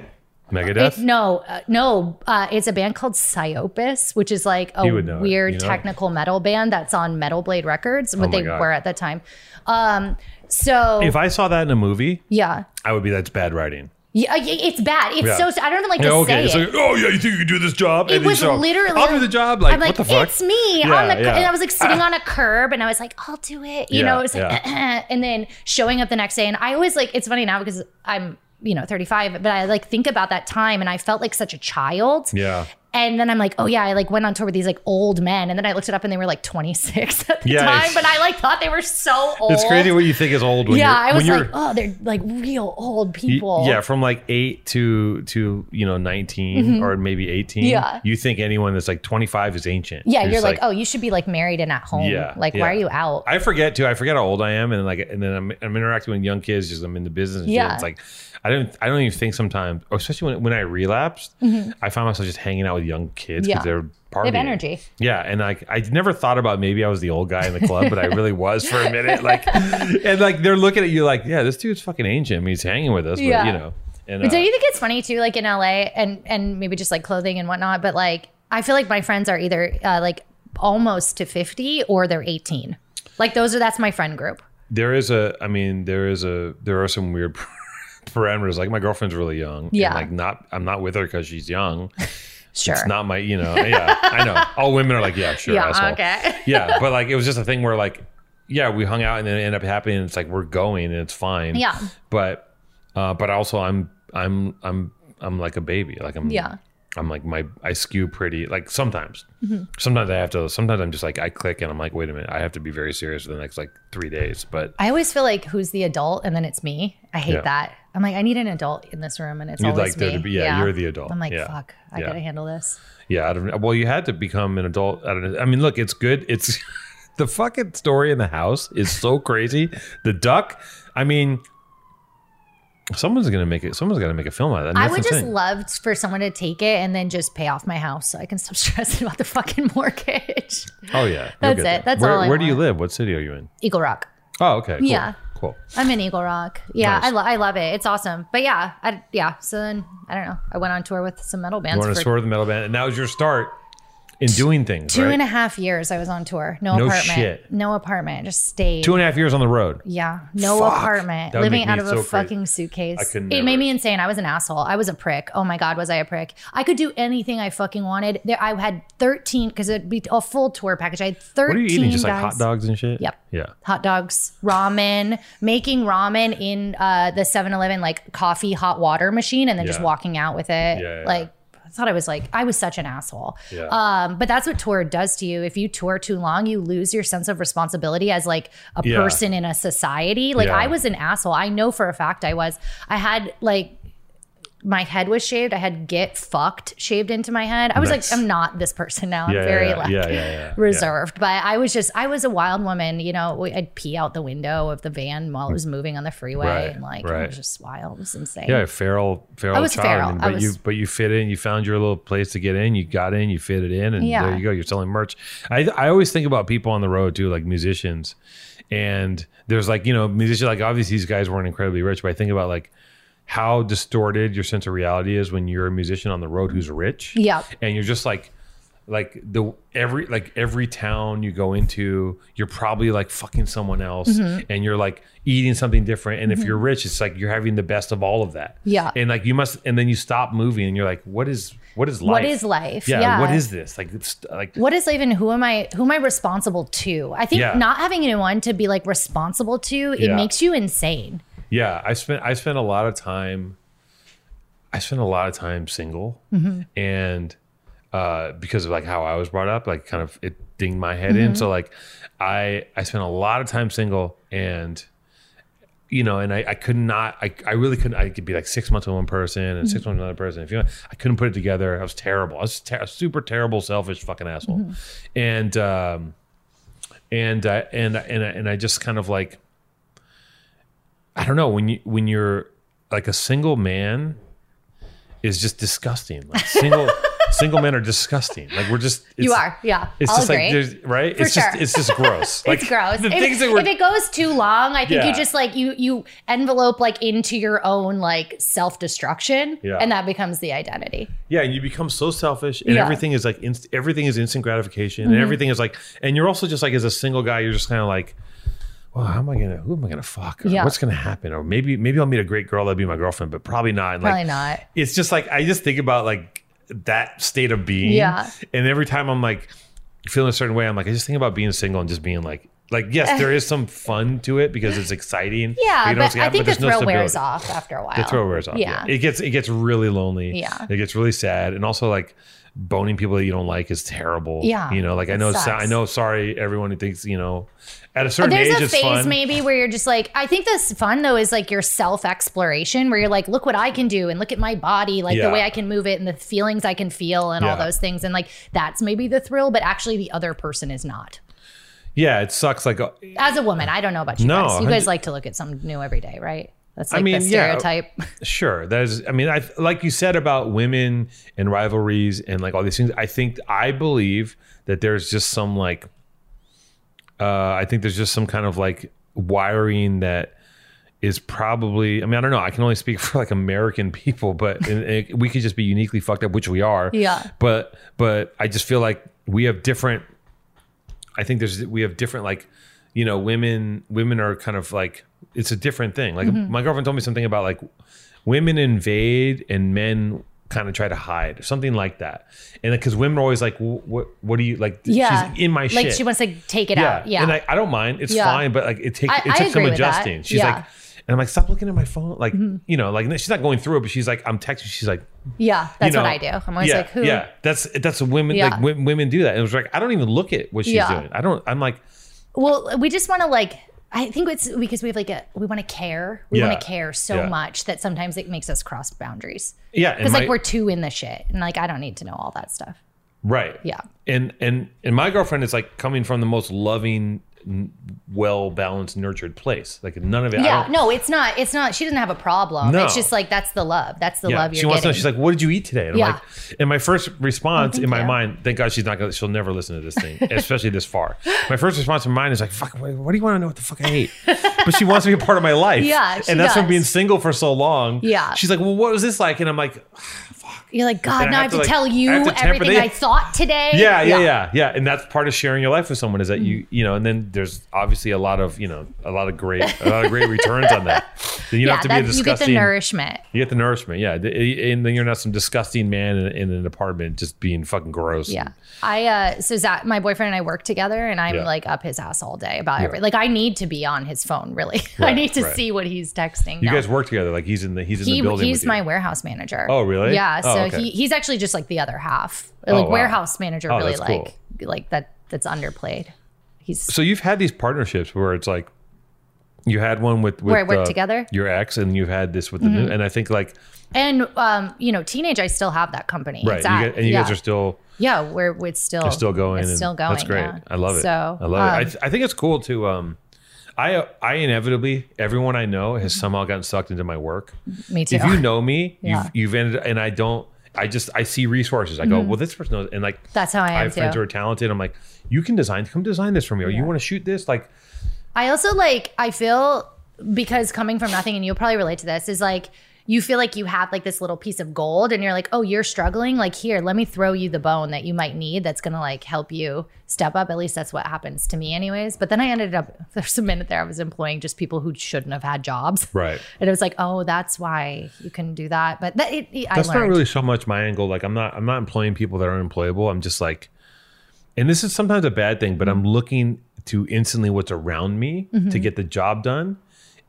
Megadeth? uh, It- no, uh, no. Uh, it's a band called Psyopus, which is like a You would know it, weird you know it. Oh technical metal band that's on Metal Blade Records, what my they God. were at the time. Um, so If I saw that in a movie, yeah. I would be that's bad writing. yeah, y- it's bad. It's Yeah. so I don't even like to say it's it. like, oh yeah, you think you can do this job? It then was so, literally. I'll do the job. Like, I'm like what the fuck? It's me. Yeah, on the, yeah. And I was like sitting on a curb, and I was like, I'll do it. You Yeah, know, it's like, yeah. and then showing up the next day, and I always like. It's funny now because I'm you know 35, but I like think about that time, and I felt like such a child. Yeah. And then I'm like, oh yeah, I like went on tour with these like old men, and then I looked it up, and they were like 26 at the Yeah, time, it's- but I like thought they were so old. It's crazy what you think is old when yeah, you're I was when like, you're oh, they're like real old y- people. yeah, from like eight to to you know 19 or maybe eighteen. Mm-hmm. Yeah. You think anyone that's like twenty five is ancient. Yeah, It's you're like, oh, you should be like married and at home. Yeah, like, yeah. why are you out? I forget too. I forget how old I am, and like, and then I'm, I'm interacting with young kids. Just I'm in the business. and shit. Yeah. oh, it's like I don't I don't even think sometimes, or especially when when I relapsed, I find myself just hanging out with with young kids because Mm-hmm. Yeah. they're partying. have energy. Yeah, and like I never thought about maybe I was the old guy in the club, but I really was for a minute. Like, and like they're looking at you like, yeah, this dude's fucking ancient. I mean, he's hanging with us, but Yeah. you know. And, But uh, don't you think it's funny too, like in LA and and maybe just like clothing and whatnot, but like I feel like my friends are either uh, like almost to fifty or they're eighteen. Like those are that's my friend group. there is a i mean there is a there are some weird parameters like my girlfriend's really young and, Yeah. like not i'm not with her because she's young Sure. it's not my you know yeah i know all women are like yeah sure yeah. asshole. Okay. yeah but like it was just a thing where like yeah we hung out and then it ended up happening and it's like we're going and it's fine Yeah. but uh but also i'm i'm i'm i'm like a baby like i'm Yeah. i'm like my i skew pretty like sometimes Mm-hmm. sometimes i have to sometimes i'm just like i click and i'm like wait a minute i have to be very serious for the next like three days but I always feel like who's the adult and then it's me. I hate Yeah. that. I'm like, I need an adult in this room and it's You'd always like me. there to be- yeah, you're the adult. I'm like, Yeah. fuck, I Yeah. gotta handle this. Yeah, I don't. Well, you had to become an adult. I don't. I mean, look, it's good. It's the fucking story in the house is so crazy. The duck. I mean, someone's gonna make it. Someone's gotta make a film out of that. I That's would the just thing. love for someone to take it and then just pay off my house so I can stop stressing about the fucking mortgage. Oh yeah, That's you'll it. get there. That's where, all I Where do you want. live? What city are you in? Eagle Rock. Oh, okay. Cool. Yeah. Cool. I'm in Eagle Rock. Yeah, Nice. I, lo- I love it. It's awesome. But yeah, I, yeah. So then I don't know. I went on tour with some metal You bands want to for score with the metal band, and that was your start in doing things. two right? and a half years. I was on tour. No, No apartment. shit. No apartment. Just stayed. Two and a half years on the road. yeah, no Fuck. apartment. That would Living make me out of so a crazy. fucking suitcase. I could It made never. me insane. I was an asshole. I was a prick. Oh my god, was I a prick? I could do anything I fucking wanted. There, I had thirteen because it'd be a full tour package. I had What thirteen. are you eating? Just like guys. hot dogs and shit. Yep. Yeah. hot dogs, ramen, making ramen in uh, the 7-Eleven like coffee hot water machine, and then just Yeah. walking out with it. Yeah, yeah. Like I thought I was like I was such an asshole. Yeah. Um, but that's what tour does to you. If you tour too long, you lose your sense of responsibility as like a Yeah. person in a society. Like Yeah. I was an asshole. I know for a fact I was. I had like. My head was shaved. I had get fucked shaved into my head. I was Nice. like, I'm not this person now. I'm Yeah, very yeah, like yeah, yeah, yeah, yeah. reserved. But I was just I was a wild woman. You know, we- I'd pee out the window of the van while it was moving on the freeway, Right, and like it right. was just wild. It was insane. Yeah, feral, feral was child. feral. And- I but you, was- but you fit in. You found your little place to get in. You got in. You fitted in, and Yeah. there you go. You're selling merch. I, I always think about people on the road too, like musicians. And there's like you know musicians. Like obviously these guys weren't incredibly rich, but I think about like how distorted your sense of reality is when you're a musician on the road who's rich. Yep. And you're just like like the every like every town you go into, you're probably like fucking someone else Mm-hmm. and you're like eating something different. And if you're rich, it's like you're having the best of all of that. Yeah. And like you must and then you stop moving and you're like, what is what is life? What is life? Yeah. Yeah. What is this? Like it's like What is life and who am I? Who am I responsible to? I think Yeah. not having anyone to be like responsible to it Yeah. makes you insane. Yeah, I spent I spent a lot of time. I spent a lot of time single, Mm-hmm. and uh, because of like how I was brought up, like kind of it dinged my head Mm-hmm. in. So like, I I spent a lot of time single, and you know, and I, I could not, I, I really couldn't. I could be like six months with one person and six Mm-hmm. months with another person. If you, I couldn't put it together. I was terrible. I was ter- a super terrible, selfish fucking asshole, Mm-hmm. and um, and uh, and and and I just kind of like I don't know when you when you're like a single man is just disgusting. Like single single men are disgusting. Like we're just it's, you are, yeah. It's I'll just agree. like there's right. it's sure. just it's just gross. Like it's gross. The if, things that if were it goes too long, I think you Yeah. just like you you envelope like into your own like self destruction, Yeah. and that becomes the identity. Yeah, and you become so selfish, and Yeah. Mm-hmm. everything is like inst- everything is instant gratification, and everything is like, and you're also just like as a single guy, you're just kind of like, well, how am I gonna, who am I gonna fuck, or Yeah. what's gonna happen, or maybe maybe I'll meet a great girl that'll be my girlfriend, but probably not. And, like, Probably not. It's just like I just think about like that state of being, Yeah. And every time I'm like feeling a certain way, I'm like I just think about being single and just being like. Like yes, there is some fun to it because it's exciting. Yeah, you know what's but gonna I happen, think the there's no thrill wears stability. off after a while. The thrill wears off. Yeah. It gets it gets really lonely. Yeah. It gets really sad. And also like boning people that you don't like is terrible. Yeah. You know, like I It know it's, sucks. I know sorry everyone who thinks, you know, at a certain There's age a it's phase fun. maybe where you're just like, I think this fun though is like your self exploration, where you're like, look what I can do and look at my body, like the Yeah. way I can move it and the feelings I can feel and all Yeah. those things. And like, that's maybe the thrill, but actually the other person is not. Yeah, it sucks like uh, As a woman, I don't know about you guys. No, You guys hundred- like to look at something new every day, right? That's I like mean, the yeah. stereotype. Sure. That is, I mean, I like you said about women and rivalries and like all these things. I think I believe that there's just some like, uh, I think there's just some kind of like wiring that is probably. I mean, I don't know. I can only speak for like American people, but and, and we could just be uniquely fucked up, which we are. Yeah. But but I just feel like we have different. I think there's we have different like, you know, women women are kind of like it's a different thing. Like Mm-hmm. my girlfriend told me something about like women invade and men kind of try to hide something like that and because women are always like "Wh- what what do you like yeah. she's in my like shit she wants to take it out. Yeah. and I, I don't mind it's Yeah. fine but like it, take, I- it I took some agree with that. adjusting she's Yeah. Mm-hmm. like and i'm like stop looking at my phone like you know like she's not going through it but she's like i'm texting she's like yeah. That's you what know, I do. I'm always yeah, like, who? yeah that's that's women Yeah. like women, women do that and it was like i don't even look at what she's Yeah. doing i don't i'm like Well, we just want to like. I think it's because we have like a we want to care. We Yeah. want to care so Yeah. much that sometimes it makes us cross boundaries. yeah and Because my- like we're too in the shit, and like I don't need to know all that stuff. Right. Yeah. And and and my girlfriend is like coming from the most loving, well balanced, nurtured place. Like none of it. I Yeah, don't- no, it's not. It's not. She doesn't have a problem. No. It's just like that's the love. That's the Yeah. love you're she wants to know. getting. She's like, "What did you eat today?" And I'm Yeah. Oh, like, and my first response in my you. mind, thank God she's not gonna, she'll never listen to this thing, especially this far. My first response in mine is like, "Fuck, what, what do you want to know? What the fuck I ate?" But she wants to be a part of my life. Yeah, she and that's from does. being single for so long. Yeah. she's like, "Well, what was this like?" And I'm like, you're like, God, I now I have have to, to, like- tell you I have to temper everything the- I thought today. yeah, yeah, yeah, yeah. And that's part of sharing your life with someone is that you, Mm-hmm. you know, and then there's obviously a lot of, you know, a lot of great, a lot of great returns on that. Then you Yeah, don't have to be that, a you get disgusting. the nourishment. you get the nourishment, yeah. The- eh, And then you're not some disgusting man in, in an apartment just being fucking gross. Yeah. I uh so Zach my boyfriend and I work together and I'm Yeah. like up his ass all day about every like I need to be on his phone really. I Right, need to right. see what he's texting. You now. guys work together, like he's in the he's in he, the building. he's with you. my warehouse manager. Oh, really? Yeah. Oh, So okay. he he's actually just like the other half. Oh, Like wow. warehouse manager Oh, really that's cool. like like that that's underplayed. He's So you've had these partnerships where it's like you had one with, with Where I worked uh, together? Mm-hmm. your ex, and you've had this with the new. And I think like and um you know teenage I still have that company. right, It's you at- guys, and you yeah. guys are still. yeah we're it's still It's still going. It's and still going. That's great. yeah. I love it. So I love it. I, um, th- I think it's cool to. Um, I I inevitably everyone I know has somehow gotten sucked into my work. me too. If you know me, Mm-hmm. Yeah. you've you've ended and I don't. I just I see resources. I go well. This person knows and like Mm-hmm. That's how I am have friends too. who are talented. I'm like, you can design. Come design this for me. Or you want to shoot this? Like, I also like I feel because coming from nothing and you'll probably relate to this is like you feel like you have like this little piece of gold and you're like, "Oh, you're struggling, like here, let me throw you the bone that you might need that's going to like help you step up." At least that's what happens to me anyways. But then I ended up there's a minute there I was employing just people who shouldn't have had jobs. right. And it was like, "Oh, that's why you couldn't do that." But that it, it- I That's learned. not really so much my angle. Like, I'm not I'm not employing people that are unemployable. I'm just like, and this is sometimes a bad thing, but Mm-hmm. I'm looking to instantly what's around me to get the job done.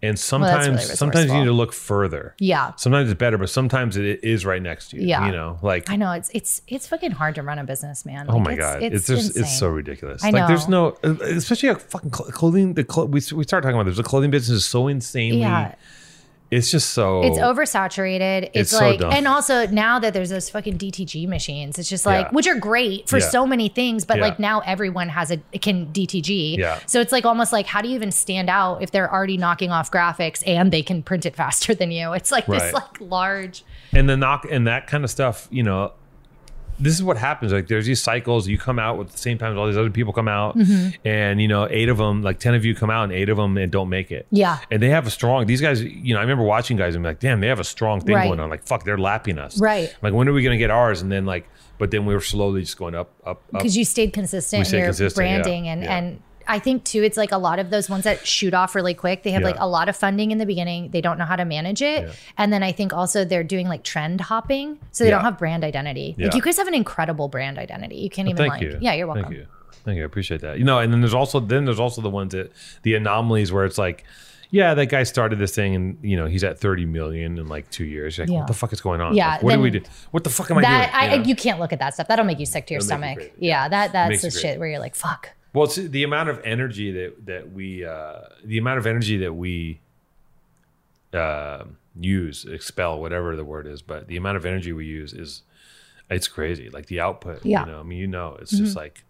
And that's sometimes really sometimes you need resourceful. to look further. yeah. Sometimes it's better, but sometimes it is right next to you. Yeah. You know, like I know it's it's it's fucking hard to run a business, man. Oh Like, my it's, god, It's it's just, it's insane. so ridiculous. I Like there's no, know. especially a fucking cl- clothing. The cl- we we start talking about this. The clothing business is so insanely. Yeah. It's just so. It's oversaturated. Oh. It's It's, so like, dumb. and also now that there's those fucking DTG machines, it's just like, Yeah. which are great for Yeah. so many things, but Yeah. like now everyone has a can DTG. Yeah. So it's like almost like, how do you even stand out if they're already knocking off graphics and they can print it faster than you? It's like Right. this like large. and the knock and that kind of stuff you know this is what happens like there's these cycles you come out with the same time as all these other people come out Mm-hmm. and you know eight of them like 10 of you come out and eight of them and don't make it Yeah. and they have a strong these guys you know i remember watching guys and be like damn they have a strong thing Right. going on like fuck they're lapping us Right. like when are we gonna get ours and then like but then we were slowly just going up up up because you stayed consistent in stayed your consistent, yeah. branding and Yeah. and I think too it's like a lot of those ones that shoot off really quick they have Yeah. like a lot of funding in the beginning they don't know how to manage it and then I think also they're doing like trend hopping so they Yeah. don't have brand identity Yeah. like you guys have an incredible brand identity you can't even Thank like you. yeah you're welcome Thank you. Thank you. I appreciate that. You know, and then there's also then there's also the ones that the anomalies where it's like, yeah, that guy started this thing and you know he's at 30 million in like two years. You're like, Yeah. what the fuck is going on? Yeah, Like, what do then- we do? What the fuck am that I I, doing? you can't look at that stuff that'll make you sick to your It'll make you stomach crazy. yeah. that that's Makes you the crazy. shit where you're like fuck Well, it's the amount of energy that that we uh, the amount of energy that we uh, use, expel, whatever the word is, but the amount of energy we use is it's crazy. Like the output, Yeah. Mm-hmm. you know. I mean, you know, it's just like,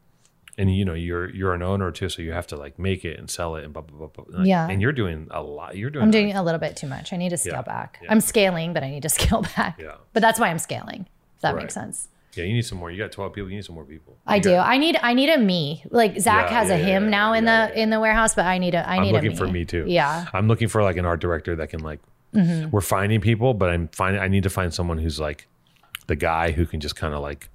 and you know you're you're an owner too, so you have to like make it and sell it and blah blah blah. blah. Like, Yeah. and you're doing a lot. You're doing. I'm like- doing a little bit too much. I need to scale Yeah, back. yeah. I'm scaling, but I need to scale back. Yeah. But that's why I'm scaling. If that Right. makes sense. yeah, you need some more. You got 12 people. You need some more people. I You do. got- I need I need a me. Like Zach Yeah, has yeah, a yeah, him yeah, now in yeah, the yeah. in the warehouse, but I need a I I'm need looking a me. for me too. Yeah. Mm-hmm. I'm looking for like an art director that can like. We're finding people, but I'm finding. I need to find someone who's like the guy who can just kind of like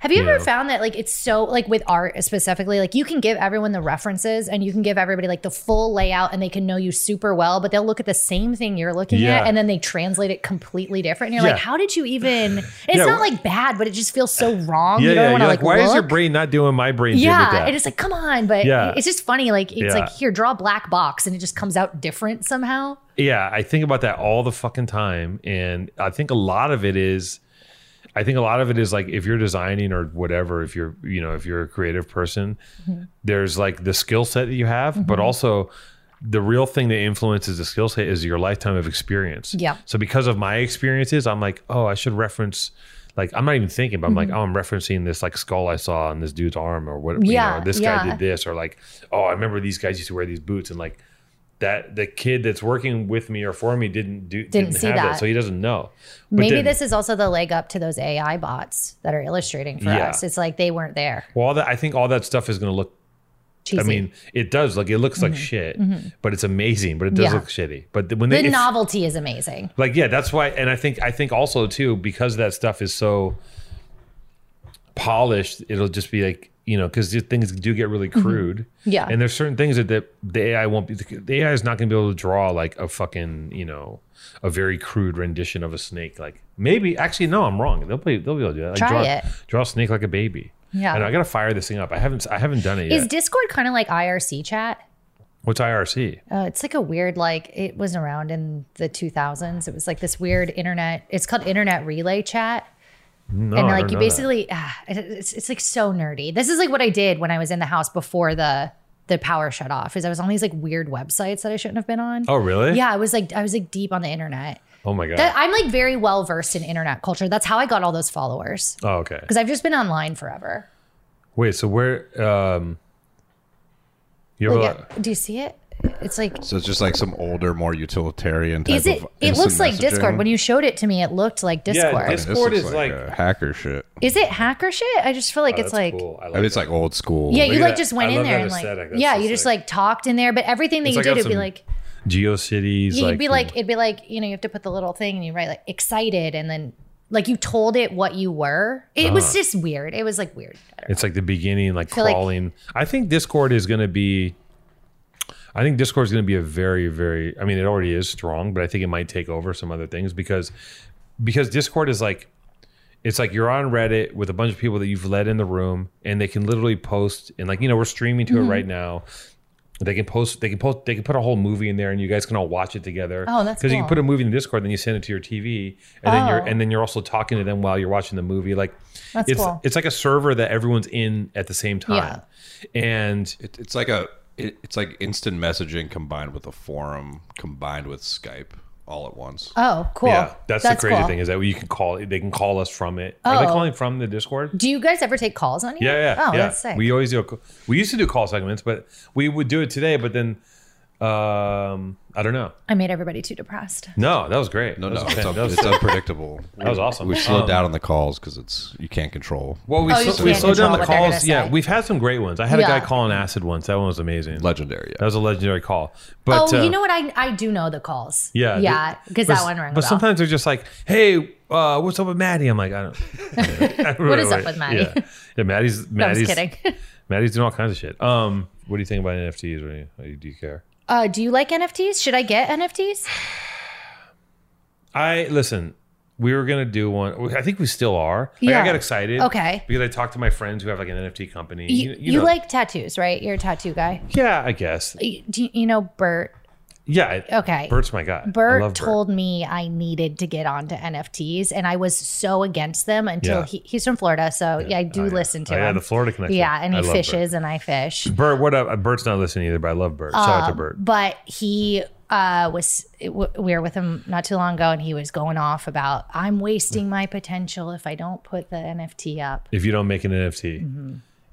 Have you you ever know? found that like it's so like with art specifically, like you can give everyone the references and you can give everybody like the full layout and they can know you super well, but they'll look at the same thing you're looking Yeah. at and then they translate it completely different. And you're Yeah. like, how did you even? It's Yeah, not wh- like bad, but it just feels so wrong. yeah, you don't yeah. want You're to like, like, why is your look." brain not doing my brain? did with Yeah, that? and it's like, come on, but Yeah. it's just funny. Like it's Yeah. like here, draw a black box, and it just comes out different somehow. yeah, I think about that all the fucking time, and I think a lot of it is, I think a lot of it is like if you're designing or whatever, if you're you know if you're a creative person, Mm-hmm. there's like the skill set that you have, but also the real thing that influences the skill set is your lifetime of experience. Yeah. So because of my experiences, I'm like, oh, I should reference. Like I'm not even thinking, but I'm Mm-hmm. like, oh, I'm referencing this like skull I saw on this dude's arm, or what? you Yeah, know, this guy yeah. did this, or like, oh, I remember these guys used to wear these boots, and like, that the kid that's working with me or for me didn't do didn't, see have that. that. so he doesn't know. But Maybe then- this is also the leg up to those AI bots that are illustrating for Yeah. us. It's like they weren't there. well, all that I think all that stuff is going to look. Cheesy. I mean, it does like it looks like shit, but it's amazing. But it does Mm-hmm. Yeah. look shitty. But th- when the they if- novelty is amazing. like yeah, that's why. And I think I think also too because that stuff is so polished, it'll just be like you know because things do get really crude. Mm-hmm. Yeah. and there's certain things that the, the AI won't be. The AI is not going to be able to draw like a fucking you know a very crude rendition of a snake. Like maybe actually no, I'm wrong. They'll be they'll be able to do that. Like, Try draw, it. Draw a snake like a baby. Yeah. and I gotta fire this thing up. I haven't I haven't done it yet. Is Discord kind of like IRC chat? What's IRC? Uh, it's like a weird, like it was around in the 2000s. It was like this weird internet. It's called internet relay chat. No, and Oh, like I don't you know that. basically, ah, it- it's, it's like so nerdy. This is like what I did when I was in the house before the the power shut off. Is I was on these like weird websites that I shouldn't have been on. Oh really? Yeah, I was like I was like deep on the internet. Oh my god. That- Uh, I'm like very well versed in internet culture. That's how I got all those followers oh okay. because I've just been online forever. Wait, so where um you ever Look at- do you see it? It's like So it's just like some older, more utilitarian type is it? of It looks like instant messaging. Discord. When you showed it to me, it looked like Discord. Dis- This Discord looks is like- uh, hacker shit. is it hacker shit? I just feel Oh, like it's like. I I mean, it's like old school. Yeah, Look you at like that. just I went in love there that and like, aesthetic. That's yeah, so you just sick. like talked in there, but everything that It's you like did, got it'd be some like, GeoCities. you'd like, be like, it'd be like, you know, you have to put the little thing and you write like excited, and then like you told it what you were. It Uh-huh. was just weird. It was like weird. I don't it's like the beginning, like like- crawling. I think Discord is going to be. I think Discord is going to be a very, very. I mean, it already is strong, but I think it might take over some other things because, because Discord is like, it's like you're on Reddit with a bunch of people that you've led in the room, and they can literally post and like you know we're streaming to Mm-hmm. it right now. They can post. They can post. They can put a whole movie in there, and you guys can all watch it together. Oh, that's you can cool. put a movie in Discord, then you send it to your TV, and then you're Oh. and then you're also talking to them while you're watching the movie. Like, That's it's cool. it's like a server that everyone's in at the same time, and It, it's like a it, it's like instant messaging combined with a forum combined with Skype all at once. Oh, cool. yeah, that's, the crazy cool. thing is that you can call. They can call us from it. Are they Oh. calling from the Discord? Do you guys ever take calls on it? Yeah, yeah. Oh, yeah. that's sick. We always do. A, we used to do call segments, but we would do it today. But then, um, I don't know. I made everybody too depressed. No, that was great. no, That no, was it's, fan- un- that was- it's unpredictable. That was awesome. We slowed Um, down on the calls because it's you can't control. Well, we, Oh, you sl- can't we slowed down control the what they're calls. gonna Yeah, say. we've had some great ones. I had a Yeah. guy call an acid once. That one was amazing. legendary. That Yeah. was a legendary call. But oh, uh, you know what? I I do know the calls. Yeah, the- yeah, because but- that one rang. a But bell. sometimes they're just like, "Hey, uh, what's up with Maddie?" I'm like, "I don't." I don't What is know. up with Maddie? Yeah, yeah Maddie's. No, I'm Maddie's just kidding. Maddie's doing all kinds of shit. Um, what do you think about NFTs? What do you, what do you- do you care? Uh, do you like NFTs? Should I get NFTs? I listen. We were gonna do one. I think we still are. Like, I Yeah. got excited. Okay. Because I talked to my friends who have like an NFT company. You, you know. like tattoos, right? You're a tattoo guy. Yeah, I guess. You- Do you, you know Bert? Yeah. I- Okay. Bert's my guy. I Bert love told me I needed to get onto NFTs, and I was so against them until Yeah. he, he's from Florida, so yeah, I do Oh, yeah. listen to Oh, him. yeah, the Florida connection. Yeah, and I he love Bert. fishes, and I fish. Bert, what up? Bert's not listening either, but I love Bert. Shout out Um, to Bert. But he uh, was, w- we were with him not too long ago, and he was going off about I'm wasting my potential if I don't put the NFT up. If you don't make an NFT,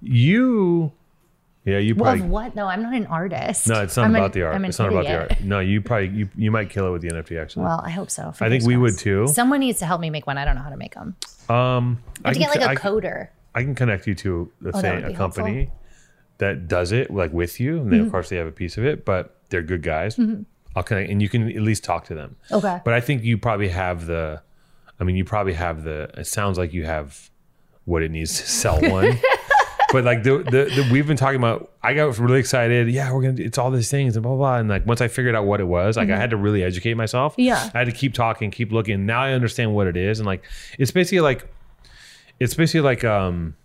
You, yeah, you Mm-hmm. Well, probably. of what though? I'm not an artist. no, it's not I'm an- about the art. I'm an It's not about the idiot. art. No, you probably you, you might kill it with the NFT actually. Well, I hope so. I think we would too. Someone needs to help me make one. I don't know how to make them. um, I have to can get like co- a I- coder. I can connect you to a that thing, would a be Mm-hmm. company that does it like with you, and then of course they have a piece of it, but they're good guys. I'll connect, and you can at least talk to them. Okay. But I think you probably have the. I mean, you probably have the. It sounds like you have what it needs to sell one. but like the, the the we've been talking about, I got really excited. Yeah, we're gonna. do- It's all these things and blah blah. blah. And like once I figured out what it was, like I had to really educate myself. Mm-hmm. Yeah. I had to keep talking, keep looking. Now I understand what it is, and like it's basically like, it's basically like um.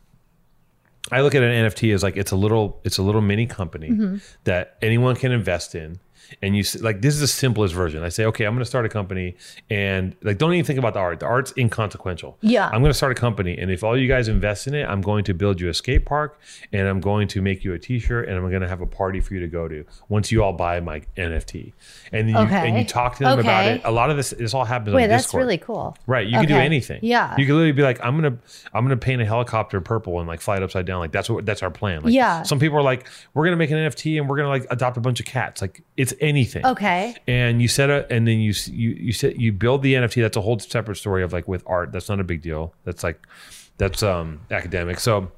I look at an NFT as like it's a little it's a little mini company Mm-hmm. that anyone can invest in. And you s- like this is the simplest version. I say, okay, I'm going to start a company, and like don't even think about the art. The art's inconsequential. Yeah. I'm going to start a company, and if all you guys invest in it, I'm going to build you a skate park, and I'm going to make you a T-shirt, and I'm going to have a party for you to go to once you all buy my NFT. And you and Okay. you talk to them about Okay. it. A lot of this this all happens. Wait, on that's Discord. really cool. Right. You can do Okay. anything. Yeah. You can literally be like, I'm gonna I'm gonna paint a helicopter purple and like fly it upside down. Like that's what that's our plan. Like Yeah. some people are like, we're gonna make an NFT and we're gonna like adopt a bunch of cats. Like it's anything. Okay. And you set a and then you s- you you set you build the NFT. That's a whole separate story of like with art. That's not a big deal. That's like that's um academic. So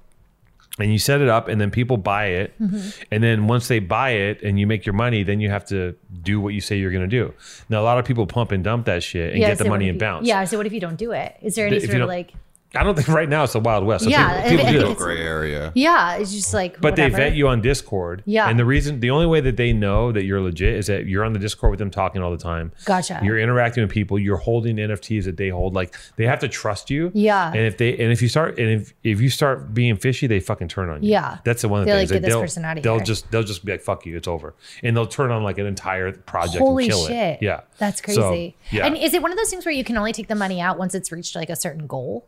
and you set it up and then people buy it Mm-hmm. and then once they buy it and you make your money then you have to do what you say you're going to do now a lot of people pump and dump that shit and get so the what money if and you- bounce Yeah. So what if you don't do it? Is there any If you sort of don't- like? I don't think right now it's the Wild West. So Yeah, people, people I think do. it's- gray area. Yeah. It's just like. But they whatever. vet you on Discord. Yeah. And the reason, the only way that they know that you're legit is that you're on the Discord with them talking all the time. Gotcha. You're interacting with people. You're holding NFTs that they hold. Like they have to trust you. Yeah. And if they and if you start and if if you start being fishy, they fucking turn on you. Yeah. That's the one of the They're things like, that "Get this they'll person outta they'll here." just they'll just be like fuck you, it's over, and they'll turn on like an entire project. Holy and kill shit. It. Yeah. That's So, crazy. yeah. And is it one of those things where you can only take the money out once it's reached like a certain goal,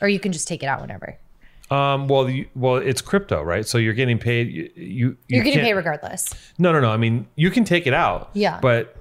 or you can just take it out whenever? um. Well. You, well. It's crypto, right? So you're getting paid. You. you You're getting can't- paid regardless. No, no, no. I mean, you can take it out. Yeah. But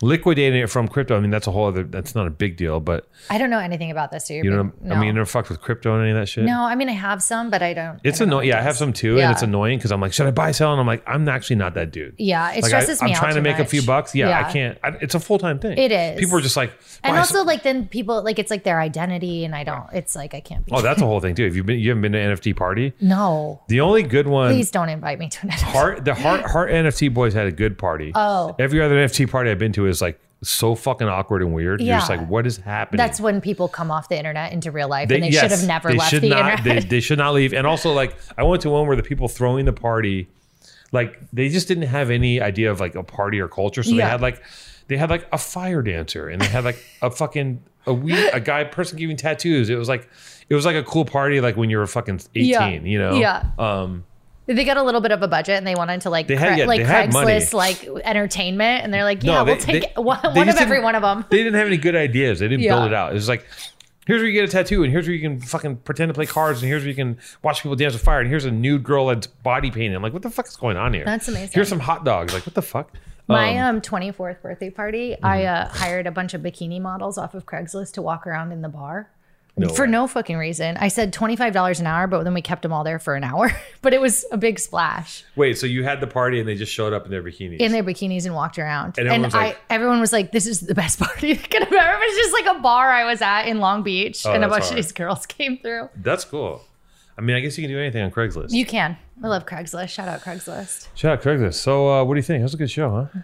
liquidating it from crypto, I mean, that's a whole other. That's not a big deal, but I don't know anything about this. So you're you know, being- no. I mean, you never fucked with crypto and any of that shit. no, I mean I have some, but I don't. It's I don't know what annoying. Yeah, it I have is. some too, Yeah. and it's annoying because I'm like, should I buy, sell? And I'm like, I'm actually not that dude. Yeah, it Like, stresses I, me I'm out trying too to make a few much. bucks. Yeah, Yeah. I can't. I, it's a full time thing. It is. People are just like, And buy, also, sell- like then people like it's like their identity, and I don't. It's like I can't be. oh, that's a whole thing too. If you've been, you haven't been to NFT party. no. The only good one. Please don't invite me to an event. Heart, the heart, heart NFT boys had a good party. Oh. every other NFT party I've been to is like so fucking awkward and weird. You're just Yeah. like, what is happening? That's when people come off the internet into real life, and they should yes, have never they left should the not, internet. They, they should not leave. And also, like, I went to one where the people throwing the party, like, they just didn't have any idea of like a party or culture. So Yeah. they had like, they had like a fire dancer, and they had like a fucking a weird a guy person giving tattoos. It was like, it was like a cool party, like when you were fucking eighteen, Yeah. you know? Yeah. Um, They got a little bit of a budget and they wanted to like They had- cra- yeah, like they had money. Craigslist like entertainment and they're like No, yeah we'll they- take they- one, they one of just every didn't- one of them they didn't have any good ideas. They didn't Yeah. build it out. It was like, here's where you get a tattoo, and here's where you can fucking pretend to play cards, and here's where you can watch people dance with fire, and here's a nude girl that's body painted. I'm like, what the fuck is going on here? That's amazing. Here's some hot dogs. Like, what the fuck? my Um, Mm-hmm. um 24th birthday party I uh, hired a bunch of bikini models off of Craigslist to walk around in the bar for way. no fucking reason I said twenty five dollars an hour but then we kept them all there for an hour but it was a big splash Wait, so you had the party, and they just showed up in their bikinis. in their bikinis and walked around And and, everyone's I like- everyone was like this is the best party that could have ever it was just like a bar I was at in Long Beach and a Oh, that's bunch hard. of these girls came through that's cool. I mean, I guess you can do anything on Craigslist. you can I love Craigslist shout out Craigslist. Shout out Craigslist. So, uh, what do you think? That was a good show, huh?